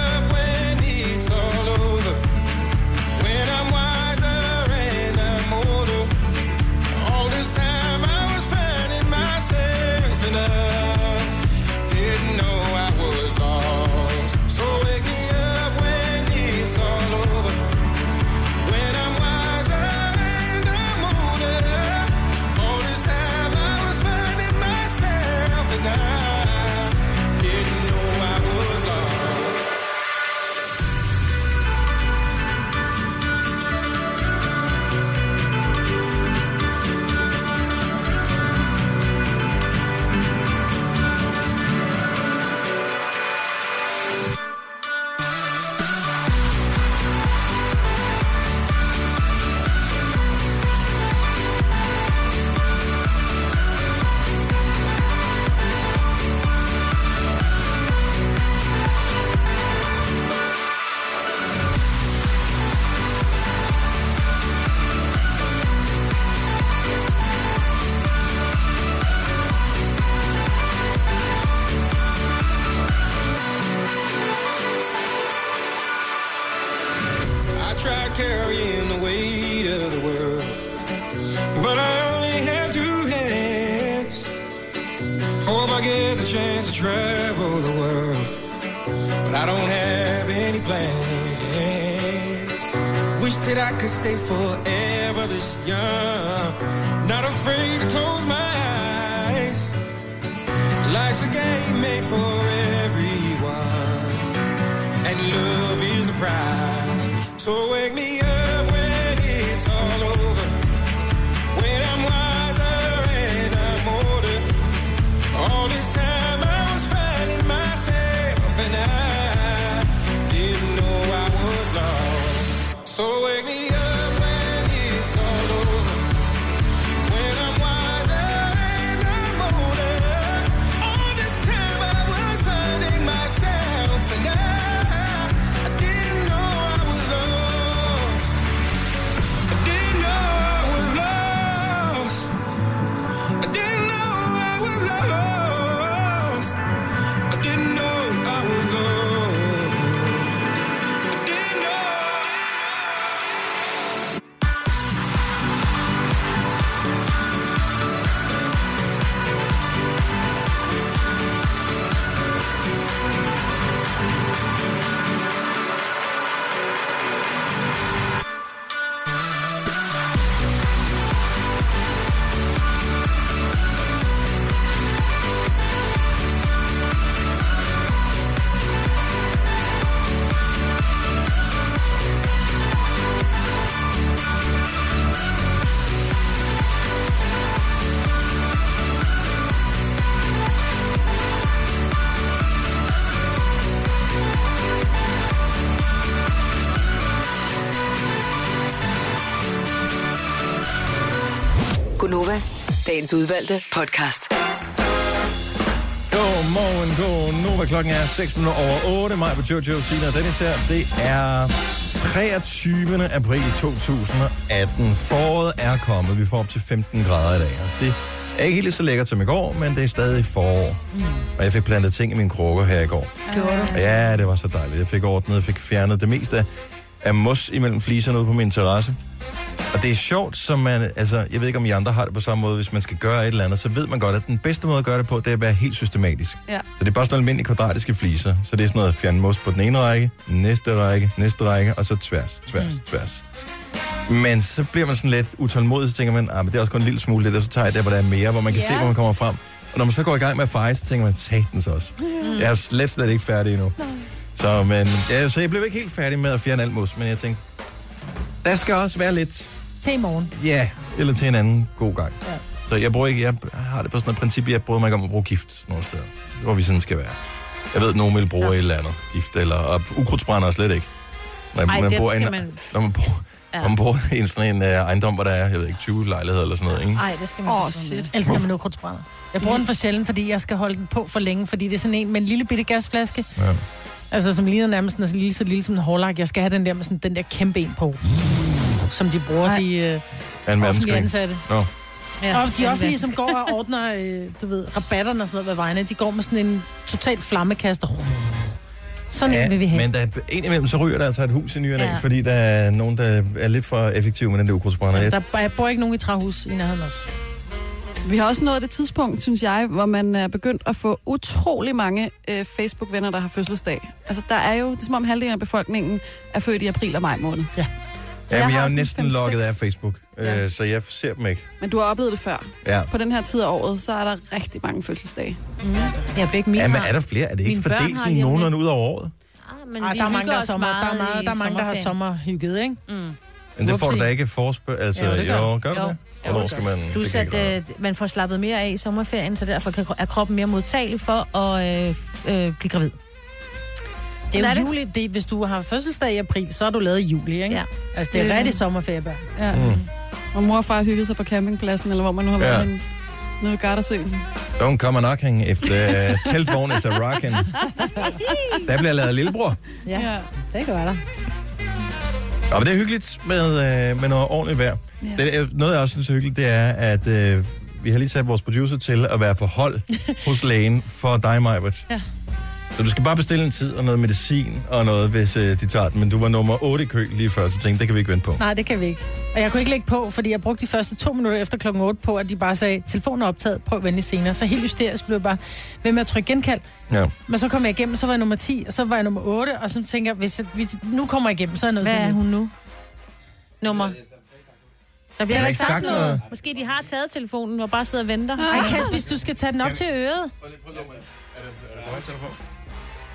Speaker 12: up when it's all over. When I'm wiser and I'm older. All this time I was finding myself and I didn't know I was lost. So wake me up when it's all over. When I'm wiser and I'm older. All this time I was finding myself and I didn't know I was lost. I tried carrying the weight of the world, but I only have two hands. Hope I get the chance to travel the world, but I don't have any plans. Wish that I could stay forever this young, not afraid to close my eyes. Life's a game made for everyone and love is the prize. So wake me up when it's all over. When I'm wiser and I'm older. All this time I was finding myself and I didn't know I was lost.
Speaker 6: Gunova, dagens udvalgte podcast.
Speaker 1: Godmorgen, godnova. Klokken er 6 minutter over 8. Maj på Jojo, Sina og Dennis her. Det er 23. april 2018. Foråret er kommet. Vi får op til 15 grader i dag. og Det er ikke helt lige så lækkert som i går, men det er stadig forår. Og jeg fik plantet ting i mine krukker her i går.
Speaker 4: Mm. Gjorde du?
Speaker 1: Ja, det var så dejligt. Jeg fik ordnet, jeg fik fjernet det meste af- af mos imellem fliserne ude på min terrasse. Og det er sjovt, som man, altså, jeg ved ikke om I andre har det på samme måde, hvis man skal gøre et eller andet, så ved man godt, at den bedste måde at gøre det på, det er at være helt systematisk.
Speaker 3: Ja.
Speaker 1: Så det er bare sådan nogle almindelige kvadratiske fliser. Så det er sådan noget, fjerne mos på den ene række, næste række, næste række, og så tværs, tværs, mm. tværs. Men så bliver man sådan lidt utålmodig, så tænker man, ah, men det er også kun en lille smule det der, så tager jeg der, hvor der er mere, hvor man kan
Speaker 13: Ja.
Speaker 1: yeah. se, hvor man kommer frem. Og når man så går i gang med at feje, så tænker man, satans også. Mm. Jeg er slet, slet ikke færdig endnu. Så, men, ja, så jeg blev ikke helt færdig med at fjerne alt mos, men jeg tænkte, der skal også være lidt
Speaker 2: Til i morgen.
Speaker 1: Ja, eller til en anden god gang.
Speaker 2: Ja.
Speaker 1: Ja. Så jeg, bruger ikke, jeg har det på sådan et princip, jeg bryder mig ikke om at bruge gift nogle steder, hvor vi sådan skal være. Jeg ved, at nogen vil bruge ja. et eller andet gift, eller, og ukrudtsbrænder er slet ikke. Når
Speaker 14: Ej, dem
Speaker 1: bor i
Speaker 14: skal
Speaker 1: en,
Speaker 14: man-
Speaker 1: Når man bor, ja. når man bor i en, sådan en uh, ejendom, hvor der er, jeg ved ikke, 20 lejligheder eller sådan noget, ikke?
Speaker 2: Nej, det skal man Åh, oh, shit. Ellers skal man ukrudtsbrænder. Jeg bruger den for sjældent, fordi jeg skal holde den på for længe, fordi det er sådan en med en lille bitte gasflaske.
Speaker 1: Ja.
Speaker 2: Altså, som ligner nærmest sådan, altså, lige så lille som en hårlak. Jeg skal have den der med sådan, den der kæmpe en på, som de bruger, de øh,
Speaker 1: Er en
Speaker 2: offentlige
Speaker 1: verdenskrig.
Speaker 2: ansatte.
Speaker 1: Nå.
Speaker 2: Ja, og de
Speaker 4: den
Speaker 2: offentlige,
Speaker 4: dans.
Speaker 2: som går og ordner, øh, du ved, rabatterne og sådan noget ved vejene, de går med sådan en total flammekaster. Sådan ja, en vil vi have.
Speaker 1: Men der, indimellem så ryger der altså et hus i nyerne,
Speaker 2: Ja.
Speaker 1: ja. fordi der er nogen, der er lidt for effektive med den der ukrudtsbrænder. Jeg-
Speaker 2: Der jeg bor ikke nogen i træhus i nærheden også.
Speaker 3: Vi har også nået det tidspunkt, synes jeg, hvor man er begyndt at få utrolig mange øh, Facebook-venner, der har fødselsdag. Altså, der er jo, det er som om halvdelen af befolkningen er født i april og maj måned.
Speaker 2: Ja.
Speaker 1: Ja, men jeg, er
Speaker 3: har
Speaker 1: jo
Speaker 3: sådan
Speaker 1: næsten
Speaker 3: fem,
Speaker 1: logget af
Speaker 3: seks.
Speaker 1: Facebook, ja. øh, så jeg ser dem ikke.
Speaker 3: Men du har oplevet det før.
Speaker 1: Ja.
Speaker 3: På den her tid af året, så er der rigtig mange fødselsdage.
Speaker 4: Mm. Ja, begge mine
Speaker 1: Ja, men
Speaker 4: har.
Speaker 1: er der flere? Er det ikke
Speaker 4: Mine børn
Speaker 1: fordelt
Speaker 4: har
Speaker 1: sådan
Speaker 4: lige om
Speaker 1: nogenlunde ud over året?
Speaker 4: Ah, men
Speaker 2: Ej,
Speaker 4: vi
Speaker 2: der er mange,
Speaker 4: hygger
Speaker 2: der, er
Speaker 4: os
Speaker 2: sommer, der, er
Speaker 4: meget
Speaker 2: meget,
Speaker 4: i
Speaker 2: der er mange, der har
Speaker 4: sommerferien.
Speaker 2: sommerhygget, ikke?
Speaker 4: Mm.
Speaker 1: Men det får du
Speaker 2: Whoopsie.
Speaker 1: da ikke forspørg... Altså,
Speaker 2: Jo,
Speaker 1: jo,
Speaker 2: det gør
Speaker 1: jo
Speaker 2: det.
Speaker 1: gør du
Speaker 2: Jo.
Speaker 1: det? Hvornår skal man... det
Speaker 4: Plus,
Speaker 1: kan jeg
Speaker 4: at
Speaker 1: ikke
Speaker 4: øh, man får slappet mere af i sommerferien, så derfor kan, er kroppen mere modtagelig for at øh, f- øh, blive gravid.
Speaker 2: Det
Speaker 4: Sådan
Speaker 2: er
Speaker 4: er
Speaker 2: jo
Speaker 4: det.
Speaker 2: juli. Det, hvis du har fødselsdag i april, så er du lavet i juli, ikke? Ja. Altså, det er
Speaker 3: Det-
Speaker 2: rigtig sommerferiebørn.
Speaker 3: Ja. Mm. Og mor og far hyggede sig på campingpladsen, eller hvor man nu har været
Speaker 1: Ja.
Speaker 3: ja. henne. Nede ved Gardasøen.
Speaker 1: gøre. Don't come knocking if the teltvogn is a rockin'. altså Der bliver lavet lillebror.
Speaker 2: Ja, ja. det gør der.
Speaker 1: Og det er hyggeligt med, øh, med noget ordentligt vejr. Ja. Det, er- noget, jeg også synes er hyggeligt, det er, at øh, vi har lige sat vores producer til at være på hold hos lægen for dig, Majbert.
Speaker 2: Ja.
Speaker 1: Så du skal bare bestille en tid og noget medicin og noget, hvis øh, de tager den. Men du var nummer 8 i kø lige før, så tænkte jeg, det kan vi ikke vente på.
Speaker 2: Nej, det kan vi ikke. Og jeg kunne ikke lægge på, fordi jeg brugte de første to minutter efter klokken 8 på, at de bare sagde, telefonen er optaget, prøv at vende senere. Så helt hysterisk blev jeg bare ved med at trykke genkald.
Speaker 1: Ja.
Speaker 2: Men så kom jeg igennem, så var jeg nummer 10, og så var jeg nummer 8, og så tænker jeg, hvis jeg, hvis nu kommer jeg igennem, så er jeg nødt
Speaker 4: Hvad
Speaker 2: til
Speaker 4: er hun nu? Nummer? Der
Speaker 2: Jeg
Speaker 4: bliver
Speaker 2: har
Speaker 4: ikke
Speaker 2: ikke
Speaker 4: sagt,
Speaker 2: sagt
Speaker 4: noget.
Speaker 2: noget.
Speaker 4: Måske de har taget telefonen og bare sidder og venter.
Speaker 2: Ej, Kasper, du skal tage den op til øret.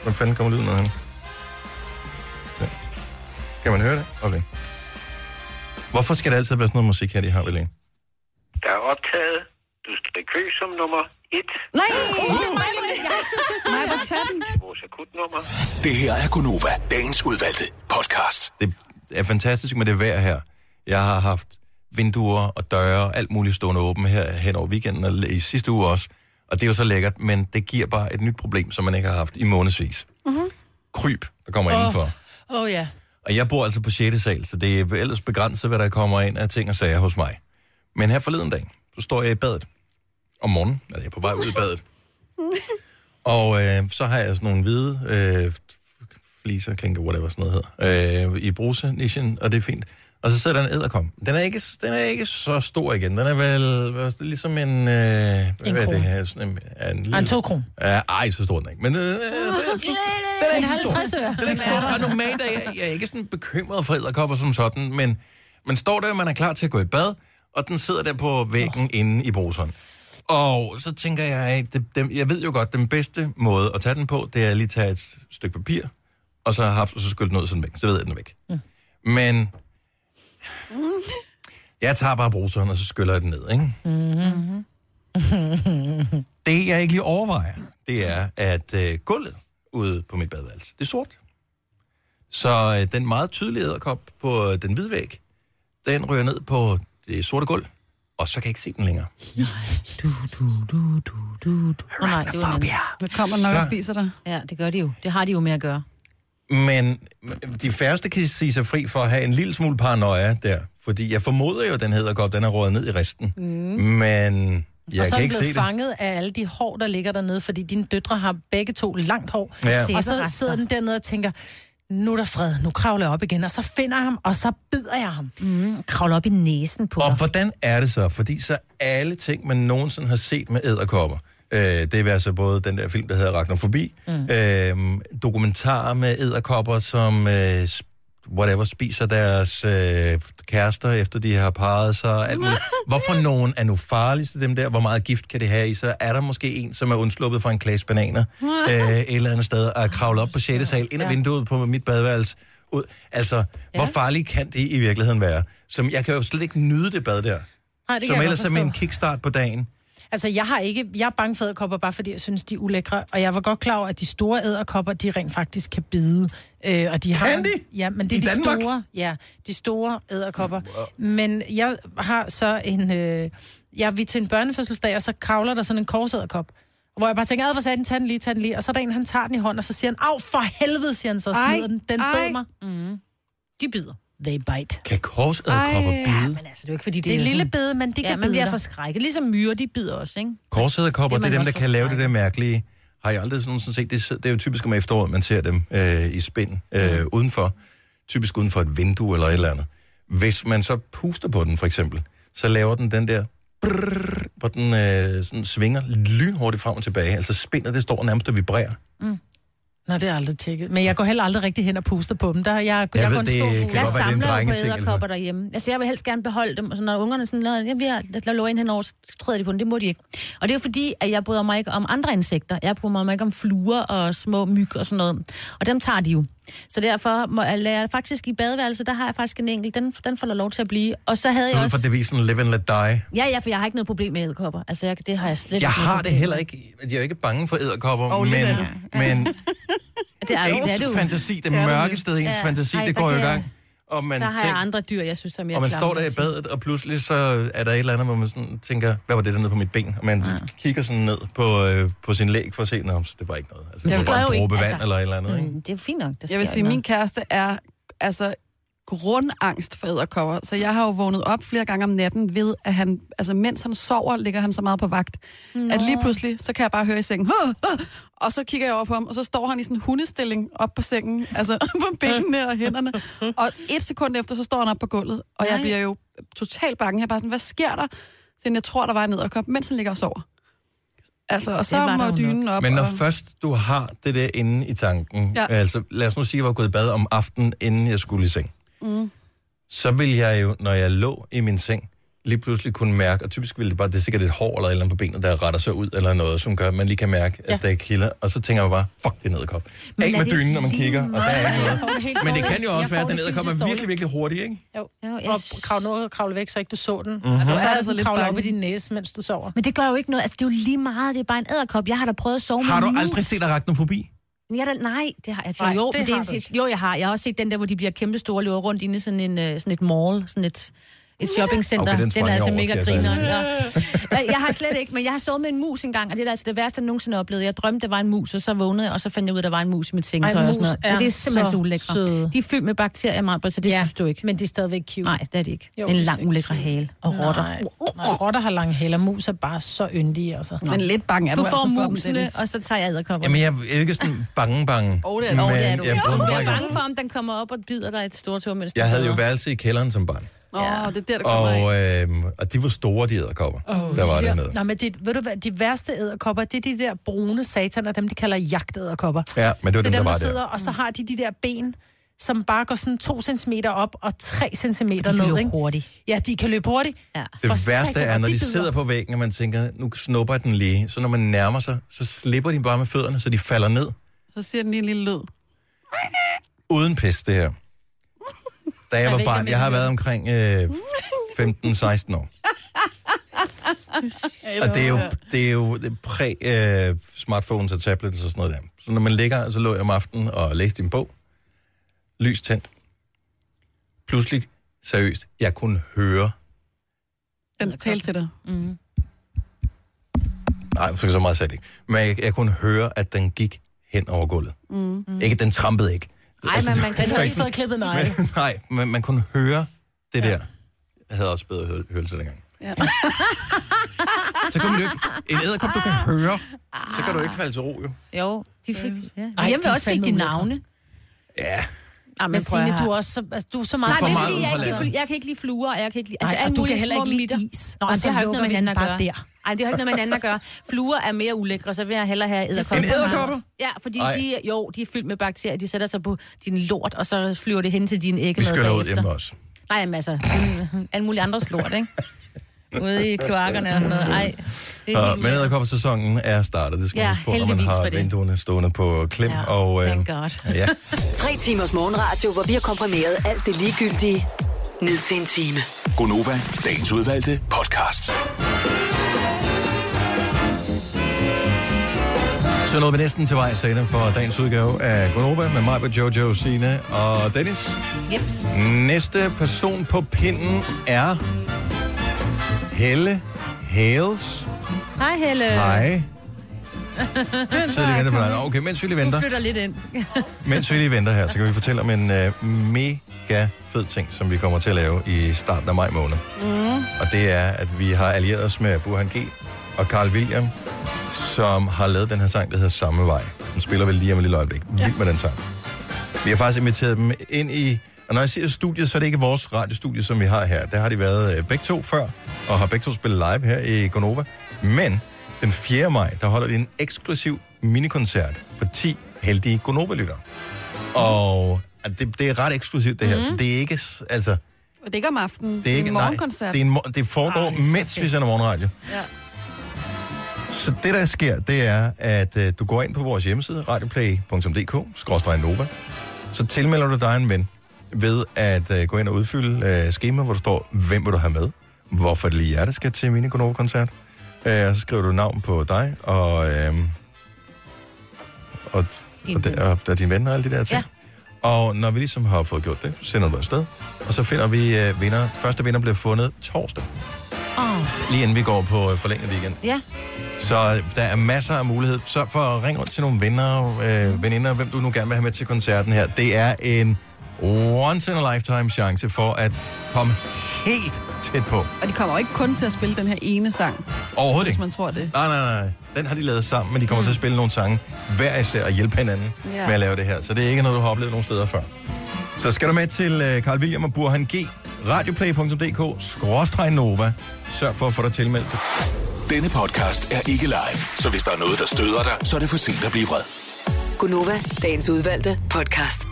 Speaker 1: Hvor fanden kommer lyden af henne? Ja. Kan man høre det? Okay. Hvorfor skal der altid være sådan noget musik her, de har det længe?
Speaker 15: Der er optaget. Du skal i kø som nummer 1.
Speaker 3: Nej,
Speaker 15: uh! det er mig,
Speaker 3: jeg har ikke tid til at sige Nej, hvor tag den.
Speaker 15: Vores akutnummer.
Speaker 7: Det her er Gunova, dagens udvalgte podcast.
Speaker 1: Det er fantastisk med det vejr her. Jeg har haft vinduer og døre og alt muligt stående åben her hen over weekenden og i sidste uge også. Og det er jo så lækkert, men det giver bare et nyt problem, som man ikke har haft i månedsvis.
Speaker 2: Mhm.
Speaker 1: Kryb, der kommer
Speaker 2: Åh.
Speaker 1: oh. indenfor.
Speaker 2: Åh oh, ja.
Speaker 1: Og jeg bor altså på 6. sal, så det er ellers begrænset, hvad der kommer ind af ting og sager hos mig. Men her forleden dag, så står jeg i badet. Om morgenen, altså jeg er på vej ud i [laughs] badet. Og øh, så har jeg sådan nogle hvide øh, fliser, klinker, whatever sådan noget hedder, øh, i brusenischen, og det er fint. Og så sidder der en æderkom. Den er ikke, den er ikke så stor igen. Den er vel hvad, er det, ligesom en... Øh, hvad er det
Speaker 2: kron.
Speaker 1: her? Sådan en, er en,
Speaker 2: Ej, en tokron.
Speaker 1: Ja, ej, så stor den er ikke. Men [laughs] øh, øh, Den er ikke så stor. Den er ikke stor. Og normalt er jeg, jeg er ikke sådan bekymret for æderkopper som sådan, men man står der, man er klar til at gå i bad, og den sidder der på væggen oh. inde i bruseren. Og så tænker jeg, at det, dem, jeg ved jo godt, den bedste måde at tage den på, det er at lige tage et stykke papir, og så, har, og så skylle den ud sådan væk. Så ved jeg, at den er væk. Mm. Men jeg tager bare bruseren, og så skyller jeg den ned, ikke?
Speaker 2: Mm-hmm.
Speaker 1: Det, jeg ikke lige overvejer, det er, at øh, gulvet ude på mit badeværelse, det er sort. Så øh, den meget tydelige æderkop på øh, den hvide væg, den ryger ned på det sorte gulv, og så kan jeg ikke se den længere.
Speaker 4: Nå, nej, det var en anden.
Speaker 3: Det kommer nok
Speaker 1: Så-
Speaker 3: og spiser dig.
Speaker 4: Ja, det gør de jo. Det har de jo med at gøre.
Speaker 1: Men øh, de færreste kan sige sig fri for at have en lille smule paranoia der. Fordi jeg formoder jo, at den hedder godt, den er rådet ned i resten. Mm. Men
Speaker 2: og så
Speaker 1: jeg
Speaker 2: er
Speaker 1: kan
Speaker 2: den
Speaker 1: ikke se
Speaker 2: blevet
Speaker 1: det.
Speaker 2: fanget af alle de hår, der ligger dernede, fordi dine døtre har begge to langt hår.
Speaker 1: Ja.
Speaker 2: Og så sidder den dernede og tænker, nu er der fred, nu kravler jeg op igen. Og så finder jeg ham, og så bider jeg ham.
Speaker 4: Mm, kravler op i næsen på
Speaker 1: Og
Speaker 4: dig.
Speaker 1: hvordan er det så? Fordi så alle ting, man nogensinde har set med æderkopper, øh, det er altså både den der film, der hedder Arachnofobi, mm. øh, dokumentarer med æderkopper, som øh, sp- whatever, spiser deres øh, kærester, efter de har parret sig. og Alt muligt. Hvorfor nogen er nu farligste dem der? Hvor meget gift kan det have i sig? Er der måske en, som er undsluppet fra en klasse bananer øh, et eller andet sted, og er kravlet op på 6. sal, ind ad
Speaker 13: Ja.
Speaker 1: vinduet på mit badeværelse? Ud. Altså, ja. hvor farlig kan det i virkeligheden være? Som, jeg kan jo slet ikke nyde det bad der.
Speaker 2: Nej, det kan
Speaker 1: som
Speaker 2: jeg
Speaker 1: ellers er
Speaker 2: godt forstå.
Speaker 1: min kickstart på dagen.
Speaker 2: Altså, jeg har ikke, jeg er bange for æderkopper, bare fordi jeg synes, de er ulækre. Og jeg var godt klar over, at de store æderkopper, de rent faktisk kan bide. Øh, og de har,
Speaker 1: Kan de?
Speaker 2: Ja, men det
Speaker 1: I
Speaker 2: er de
Speaker 1: Danmark?
Speaker 2: store. Ja, de store æderkopper. Men jeg har så en... Øh, jeg vi er til en børnefødselsdag, og så kravler der sådan en korsæderkop. Hvor jeg bare tænker, ad, hvor sagde den, tag den lige, tag den lige. Og så er der en, han tager den i hånden, og så siger han, af for helvede, siger han så, og
Speaker 4: Ej,
Speaker 2: smider den. Den
Speaker 4: ej.
Speaker 2: bød mig. Mm. De bider. They bite.
Speaker 1: Kan korsæderkopper
Speaker 2: Ej.
Speaker 1: bide?
Speaker 4: Men altså, det er jo ikke, fordi det,
Speaker 2: Det er en lille
Speaker 4: sådan-
Speaker 2: bede, men de
Speaker 4: ja,
Speaker 2: kan
Speaker 4: man
Speaker 2: bide
Speaker 4: bliver
Speaker 2: dig.
Speaker 4: forskrækket. Ligesom myrer, de bider også, ikke?
Speaker 1: Korsæderkopper,
Speaker 4: Det
Speaker 1: det er
Speaker 4: er
Speaker 1: dem,
Speaker 4: man
Speaker 1: der
Speaker 4: også
Speaker 1: kan lave det der mærkelige. Har jeg aldrig sådan, sådan set, det, det er jo typisk om efteråret, man ser dem øh, i spænd øh, udenfor. Typisk uden for et vindue eller et eller andet. Hvis man så puster på den, for eksempel, så laver den den der, brrr, hvor den øh, sådan svinger lynhurtigt frem og tilbage. Altså spindet, det står nærmest og vibrerer.
Speaker 2: Nå, det har jeg aldrig tjekket. Men jeg går heller aldrig rigtig hen og puster på dem. Der, jeg, jeg,
Speaker 1: ved,
Speaker 2: jeg går en
Speaker 1: det
Speaker 2: stor
Speaker 1: kan
Speaker 2: bue.
Speaker 1: godt
Speaker 4: Jeg
Speaker 1: være, det er en
Speaker 4: samler jo på
Speaker 1: drengeting,
Speaker 4: æderkopper derhjemme. Altså, jeg vil helst gerne beholde dem, og så når ungerne sådan, "Nå, jeg vil have lov ind henover, så træder de på den. Det må de ikke. Og det er jo fordi, at jeg bryder mig ikke om andre insekter. Jeg bryder mig ikke om fluer og små myg og sådan noget. Og dem tager de jo. Så derfor må jeg lære faktisk i badeværelset, der har jeg faktisk en enkelt. Den, den får der lov til at blive. Og så havde
Speaker 1: Det
Speaker 4: jeg
Speaker 1: er ud fra
Speaker 4: også...
Speaker 1: devisen live and let die.
Speaker 4: Ja, ja, for jeg har ikke noget problem med æderkopper. Altså, jeg, det har jeg slet
Speaker 1: Jeg
Speaker 4: ikke noget
Speaker 1: har det
Speaker 4: problem
Speaker 1: heller ikke. Jeg er jo ikke bange for æderkopper,
Speaker 4: Og
Speaker 1: men,
Speaker 4: alligevel.
Speaker 1: men
Speaker 4: med. Det er, det er,
Speaker 1: ens
Speaker 4: det jo.
Speaker 1: fantasi, det
Speaker 4: er du.
Speaker 1: mørke sted, i ens
Speaker 4: Ja.
Speaker 1: fantasi,
Speaker 4: Ej,
Speaker 1: det
Speaker 4: der
Speaker 1: går jo i
Speaker 4: kan jeg-
Speaker 1: gang. Og man,
Speaker 4: der har jeg
Speaker 1: tænker-
Speaker 4: andre dyr, jeg synes, som jeg
Speaker 1: og man
Speaker 4: klarer
Speaker 1: står
Speaker 4: mig
Speaker 1: der i
Speaker 4: til.
Speaker 1: badet, og pludselig så er der et eller andet, hvor man sådan tænker, hvad var det der nede på mit ben? Og man kigger sådan ned på, øh, på sin læg for at se, om det var ikke noget. Altså,
Speaker 5: Jeg
Speaker 1: det var
Speaker 5: gør
Speaker 1: bare
Speaker 5: jo
Speaker 1: en
Speaker 5: ikke-
Speaker 1: dråbe vand
Speaker 5: altså,
Speaker 1: eller et eller andet. Ikke?
Speaker 4: Det er jo fint nok, der
Speaker 5: Jeg vil
Speaker 4: sker
Speaker 5: sige,
Speaker 4: ikke
Speaker 5: min kæreste er altså grundangst for æderkopper, så jeg har jo vågnet op flere gange om natten ved, at han, altså mens han sover, ligger han så meget på vagt, Nå. at lige pludselig, så kan jeg bare høre i sengen, "Åh, åh," og så kigger jeg over på ham, og så står han i sådan en hundestilling op på sengen, altså [laughs] på benene og hænderne, og et sekund efter, så står han op på gulvet, og jeg
Speaker 4: Nej.
Speaker 5: bliver jo totalt bange, jeg er bare sådan, hvad sker der? Så jeg tror, der var en æderkop, mens han ligger og sover. Altså, og så må dynen op.
Speaker 1: Men når
Speaker 5: og...
Speaker 1: først du har det der inde i tanken,
Speaker 5: Ja.
Speaker 1: ja. altså lad os nu sige, at jeg var gået i bad om aftenen, inden jeg skulle i seng,
Speaker 5: Mm.
Speaker 1: så ville jeg jo, når jeg lå i min seng, lige pludselig kunne mærke, og typisk ville det bare, det er sikkert et hår eller et eller andet på benet, der retter sig ud, eller noget, som gør, at man lige kan mærke, at
Speaker 4: Ja.
Speaker 1: ja. der er kilder, og så tænker man bare, fuck, det er nederkop.
Speaker 4: Men
Speaker 1: Af
Speaker 4: er
Speaker 1: med
Speaker 4: det
Speaker 1: dynen, når man
Speaker 4: lige
Speaker 1: kigger, og der er ikke noget.
Speaker 2: får det helt
Speaker 1: Men det
Speaker 2: dårligt.
Speaker 1: kan jo også
Speaker 2: Jeg
Speaker 1: være,
Speaker 2: får
Speaker 1: at den
Speaker 2: det
Speaker 1: æderkop
Speaker 2: fysisk
Speaker 1: er
Speaker 2: dårligt.
Speaker 1: virkelig, virkelig hurtig, ikke?
Speaker 2: Jo, og kravle ud og kravle væk, så ikke du så den.
Speaker 1: Mhm.
Speaker 2: Og så er
Speaker 4: Ja. Altså
Speaker 2: det så lidt
Speaker 4: Kravle
Speaker 2: bange.
Speaker 4: op
Speaker 2: op
Speaker 4: i
Speaker 2: i din næse, mens du sover.
Speaker 4: Men det gør jo ikke noget. Altså, det er jo lige meget. Det er bare en æderkop. Jeg har da prøvet at sove
Speaker 1: Har
Speaker 4: med
Speaker 1: du
Speaker 4: en mus.
Speaker 1: aldrig set arachnofobi?
Speaker 4: Jeg da, nej, det har jeg
Speaker 2: Nej,
Speaker 4: nej, jo,
Speaker 2: det
Speaker 4: men det
Speaker 2: har
Speaker 4: er
Speaker 2: du
Speaker 4: en, jo, jeg har. Jeg har også set den der, hvor de bliver kæmpe store og løber rundt inde i sådan, en, øh, sådan et mall, sådan et, et shoppingcenter.
Speaker 2: Okay, den
Speaker 4: den,
Speaker 2: sprang
Speaker 4: er
Speaker 2: jeg
Speaker 4: altså
Speaker 2: over,
Speaker 4: mega
Speaker 2: skal jeg
Speaker 4: griner.
Speaker 2: så
Speaker 4: Jeg har slet ikke, men jeg har sovet med en mus engang, og det er altså det værste, jeg nogensinde har oplevet. Jeg drømte, der var en mus, og så vågnede jeg, og så fandt jeg ud, at der var en mus i mit sengetøj.
Speaker 2: Ej,
Speaker 4: og sådan
Speaker 2: mus
Speaker 4: noget.
Speaker 2: er
Speaker 4: Men det er simpelthen
Speaker 2: så
Speaker 4: så ulækre.
Speaker 2: søde.
Speaker 4: De er fyldt med bakterier, Marbert, så det ja, synes du ikke.
Speaker 2: Men de er stadigvæk cute.
Speaker 4: Nej, det er de ikke.
Speaker 2: Jo,
Speaker 4: Jo, en
Speaker 2: de er
Speaker 4: lang, ulækre hale og rotter.
Speaker 2: Nej, nej, rotter har lange hæler. Mus er bare så yndige, altså.
Speaker 5: Men lidt bange er
Speaker 4: Du
Speaker 5: du
Speaker 4: får
Speaker 5: altså for dem,
Speaker 4: musene,
Speaker 5: Dennis.
Speaker 4: og så tager jeg æderkopper.
Speaker 1: Jamen, jeg er ikke sådan bange-bange.
Speaker 4: Åh, det er, oh, det er du.
Speaker 1: jeg, bryder
Speaker 4: du
Speaker 1: mig
Speaker 4: bliver
Speaker 1: ikke om-
Speaker 4: bange for, om den kommer op og bider dig et stort tog, mens du
Speaker 1: jeg havde jo
Speaker 4: sover.
Speaker 1: værelse i kælderen som barn.
Speaker 5: Åh, det er der, der kommer
Speaker 1: Og, øh, og de var store, de æderkopper, oh, der var
Speaker 2: de
Speaker 1: dernede.
Speaker 2: Nå, men det, ved du hvad, de værste æderkopper, det er de der brune sataner, dem de kalder jagtæderkopper.
Speaker 1: Ja, men det var
Speaker 2: det
Speaker 1: dem,
Speaker 2: er
Speaker 1: der
Speaker 2: dem,
Speaker 1: var
Speaker 2: der,
Speaker 1: der.
Speaker 2: sidder, og så har de de der ben, som bare går sådan to centimeter op og tre centimeter
Speaker 4: Og de
Speaker 2: ned.
Speaker 4: kan løbe
Speaker 2: ikke?
Speaker 4: hurtigt.
Speaker 2: Ja, de kan løbe hurtigt.
Speaker 4: Ja.
Speaker 1: Det værste er, når de sidder på væggen, og man tænker, nu snupper jeg den lige. Så når man nærmer sig, så slipper de bare med fødderne, så de falder ned.
Speaker 5: Så siger den lige en lille lyd.
Speaker 1: Uden pis, det her. Da jeg var
Speaker 5: ved
Speaker 1: barn,
Speaker 5: ikke,
Speaker 1: jeg har
Speaker 5: om jeg
Speaker 1: været omkring øh, 15-16 år. Og det er jo, det er jo det er præ øh, smartphones og tablets og sådan noget der. Så når man ligger, så lå jeg om aftenen og læste en bog. Lys tændt. Pludselig, seriøst, jeg kunne høre
Speaker 5: Den talte til dig. Mm.
Speaker 1: Nej, for så meget sagde jeg ikke. Men jeg, jeg kunne høre, at den gik hen over gulvet.
Speaker 2: Mm. Mm.
Speaker 1: Ikke, den trampede ikke. Altså,
Speaker 2: Nej, men man kan
Speaker 1: det var
Speaker 2: ikke
Speaker 1: sådan-
Speaker 2: fået klippet nej.
Speaker 1: Men, [laughs] nej, men man kunne høre det der. Jeg havde også bedre hø- hørelse dengang.
Speaker 5: Ja.
Speaker 1: [laughs] Så kan man jo ikke... En æderkop, du kan høre, så kan du ikke falde til ro, jo.
Speaker 4: Jo, de fik... Øh, Ja.
Speaker 2: Ej,
Speaker 4: Ej, Hjemme
Speaker 2: de er
Speaker 4: også fik
Speaker 2: fandme
Speaker 4: de
Speaker 2: ulækre.
Speaker 4: navne.
Speaker 1: Ja.
Speaker 4: Ej,
Speaker 2: Men
Speaker 4: prøv at
Speaker 2: Signe,
Speaker 4: høre.
Speaker 2: du er også så, altså, du er så meget...
Speaker 4: Nej, men det er
Speaker 2: for
Speaker 4: fordi, jeg, ikke
Speaker 2: meget
Speaker 4: kan fly- jeg kan ikke lide fluer, og jeg kan ikke lide... Altså,
Speaker 2: Nej, og
Speaker 4: alle
Speaker 2: du
Speaker 4: mulige
Speaker 2: kan heller
Speaker 4: små
Speaker 2: ikke lide
Speaker 4: mitter.
Speaker 2: is.
Speaker 4: Nå,
Speaker 2: Og
Speaker 4: men
Speaker 2: så
Speaker 4: det har jo ikke
Speaker 2: lukker
Speaker 4: noget med
Speaker 2: vi den
Speaker 4: hinanden at
Speaker 2: bare
Speaker 4: gøre.
Speaker 2: der.
Speaker 4: Nej, det har jo ikke noget med hinanden at gøre. Fluer er mere ulækre, så vil jeg hellere have æderkopper.
Speaker 1: En edderkopper?
Speaker 4: Ja, fordi
Speaker 1: Ej.
Speaker 4: de, jo, de er fyldt med bakterier. De sætter sig på din lort, og så flyver det hen til din
Speaker 1: Vi
Speaker 4: æggemad
Speaker 1: skyller ud
Speaker 4: bagefter.
Speaker 1: hjemme også.
Speaker 4: Nej, men altså, [laughs] alle mulige andres lort, ikke? Ude i kloakkerne og sådan noget. Ej, det er
Speaker 1: Og,
Speaker 4: helt
Speaker 1: men æderkoppersæsonen er startet, det skal
Speaker 4: Ja,
Speaker 1: man huske på, når man
Speaker 4: heldigvis
Speaker 1: har
Speaker 4: for det.
Speaker 1: vinduerne stående på klem.
Speaker 6: Ja,
Speaker 1: og, øh,
Speaker 6: thank God.
Speaker 1: ja.
Speaker 6: Tre timers morgenradio, hvor vi har komprimeret alt det ligegyldige ned til en time.
Speaker 7: Gonova, dagens udvalgte podcast.
Speaker 1: Så nåede vi næsten til vej senere for dagens udgave af Gonova med mig, Jojo, Sine og Dennis.
Speaker 4: Yep.
Speaker 1: Næste person på pinden er Helle Hales.
Speaker 4: Hej, Helle. [laughs]
Speaker 1: Hej. Så lige venter på dig.
Speaker 4: Kom.
Speaker 1: Okay, mens vi lige
Speaker 4: Du
Speaker 1: venter,
Speaker 4: flytter lidt ind.
Speaker 1: mens vi lige venter her, så kan vi fortælle om en øh, mega fed ting, som vi kommer til at lave i starten af maj måned.
Speaker 11: Mm.
Speaker 1: Og det er, at vi har allieret os med Burhan G. og Carl William, som har lavet den her sang, der hedder Samme Vej. Den spiller vel lige om et lille øjeblik. Vild med den sang. Vi har faktisk inviteret dem ind i... Og når jeg siger studiet, så er det ikke vores radiostudie, som vi har her. Der har de været øh, begge to før, og har begge to spillet live her i Gonova. Men den 4. maj, der holder de en eksklusiv minikoncert for 10 heldige Gonova-lyttere. Og at det, det er ret eksklusivt, det her. Mm. Så det er ikke... s- Altså,
Speaker 5: Og det er ikke om aftenen.
Speaker 1: det er ikke,
Speaker 5: en
Speaker 1: nej,
Speaker 5: morgenkoncert.
Speaker 1: det, er en, mor- det foregår, Ej, mens vi sender morgenradio.
Speaker 5: Ja.
Speaker 1: Så det, der sker, det er, at øh, du går ind på vores hjemmeside, radioplay.dk-nova, så tilmelder du dig en ven ved at øh, gå ind og udfylde øh, skema, hvor der står, hvem vil du have med, hvorfor det lige er, der skal til min koncert øh, og så skriver du navn på dig, og, øh, og, og, der, og der er dine venner og alle de der ting. Ja. Og når vi ligesom har fået gjort det, så sender du afsted, og så finder vi øh, vinder. Første vinder bliver fundet torsdag,
Speaker 4: Åh,
Speaker 1: lige inden vi går på øh, forlænget weekend.
Speaker 4: ja.
Speaker 1: Så der er masser af mulighed. Så for at ringe rundt til nogle venner, øh, veninder, hvem du nu gerne vil have med til koncerten her. Det er en once in a lifetime chance for at komme helt tæt på.
Speaker 5: Og de kommer jo ikke kun til at spille den her ene sang.
Speaker 1: Overhovedet
Speaker 5: Hvis
Speaker 1: ikke.
Speaker 5: man tror det.
Speaker 1: Nej, nej, nej. Den har de lavet sammen, men de kommer mm. til at spille nogle sange hver især og hjælpe hinanden
Speaker 5: Ja.
Speaker 1: yeah. med at lave det her. Så det er ikke noget, du har oplevet nogen steder før. Så skal du med til øh, Carl William og Burhan G. Radioplay.dk, skråstreg Nova. Sørg for at få dig tilmeldt.
Speaker 7: Denne podcast er ikke live, så hvis der er noget, der støder dig, så er det for sent at blive vred.
Speaker 6: Gunova, dagens udvalgte podcast.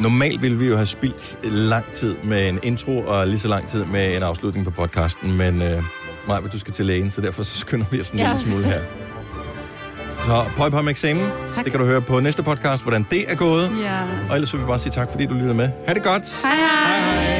Speaker 1: Normalt ville vi jo have spildt lang tid med en intro og lige så lang tid med en afslutning på podcasten, men øh, Maja, du skal til lægen, så derfor så skynder vi os en
Speaker 11: Ja.
Speaker 1: ja. lille smule her. Så pøj på med eksamen. Tak. Det kan du høre på næste podcast, hvordan det er gået.
Speaker 5: Ja.
Speaker 1: Og ellers vil vi bare sige tak, fordi du lyttede med. Ha' det godt.
Speaker 5: Hej hej. hej, hej.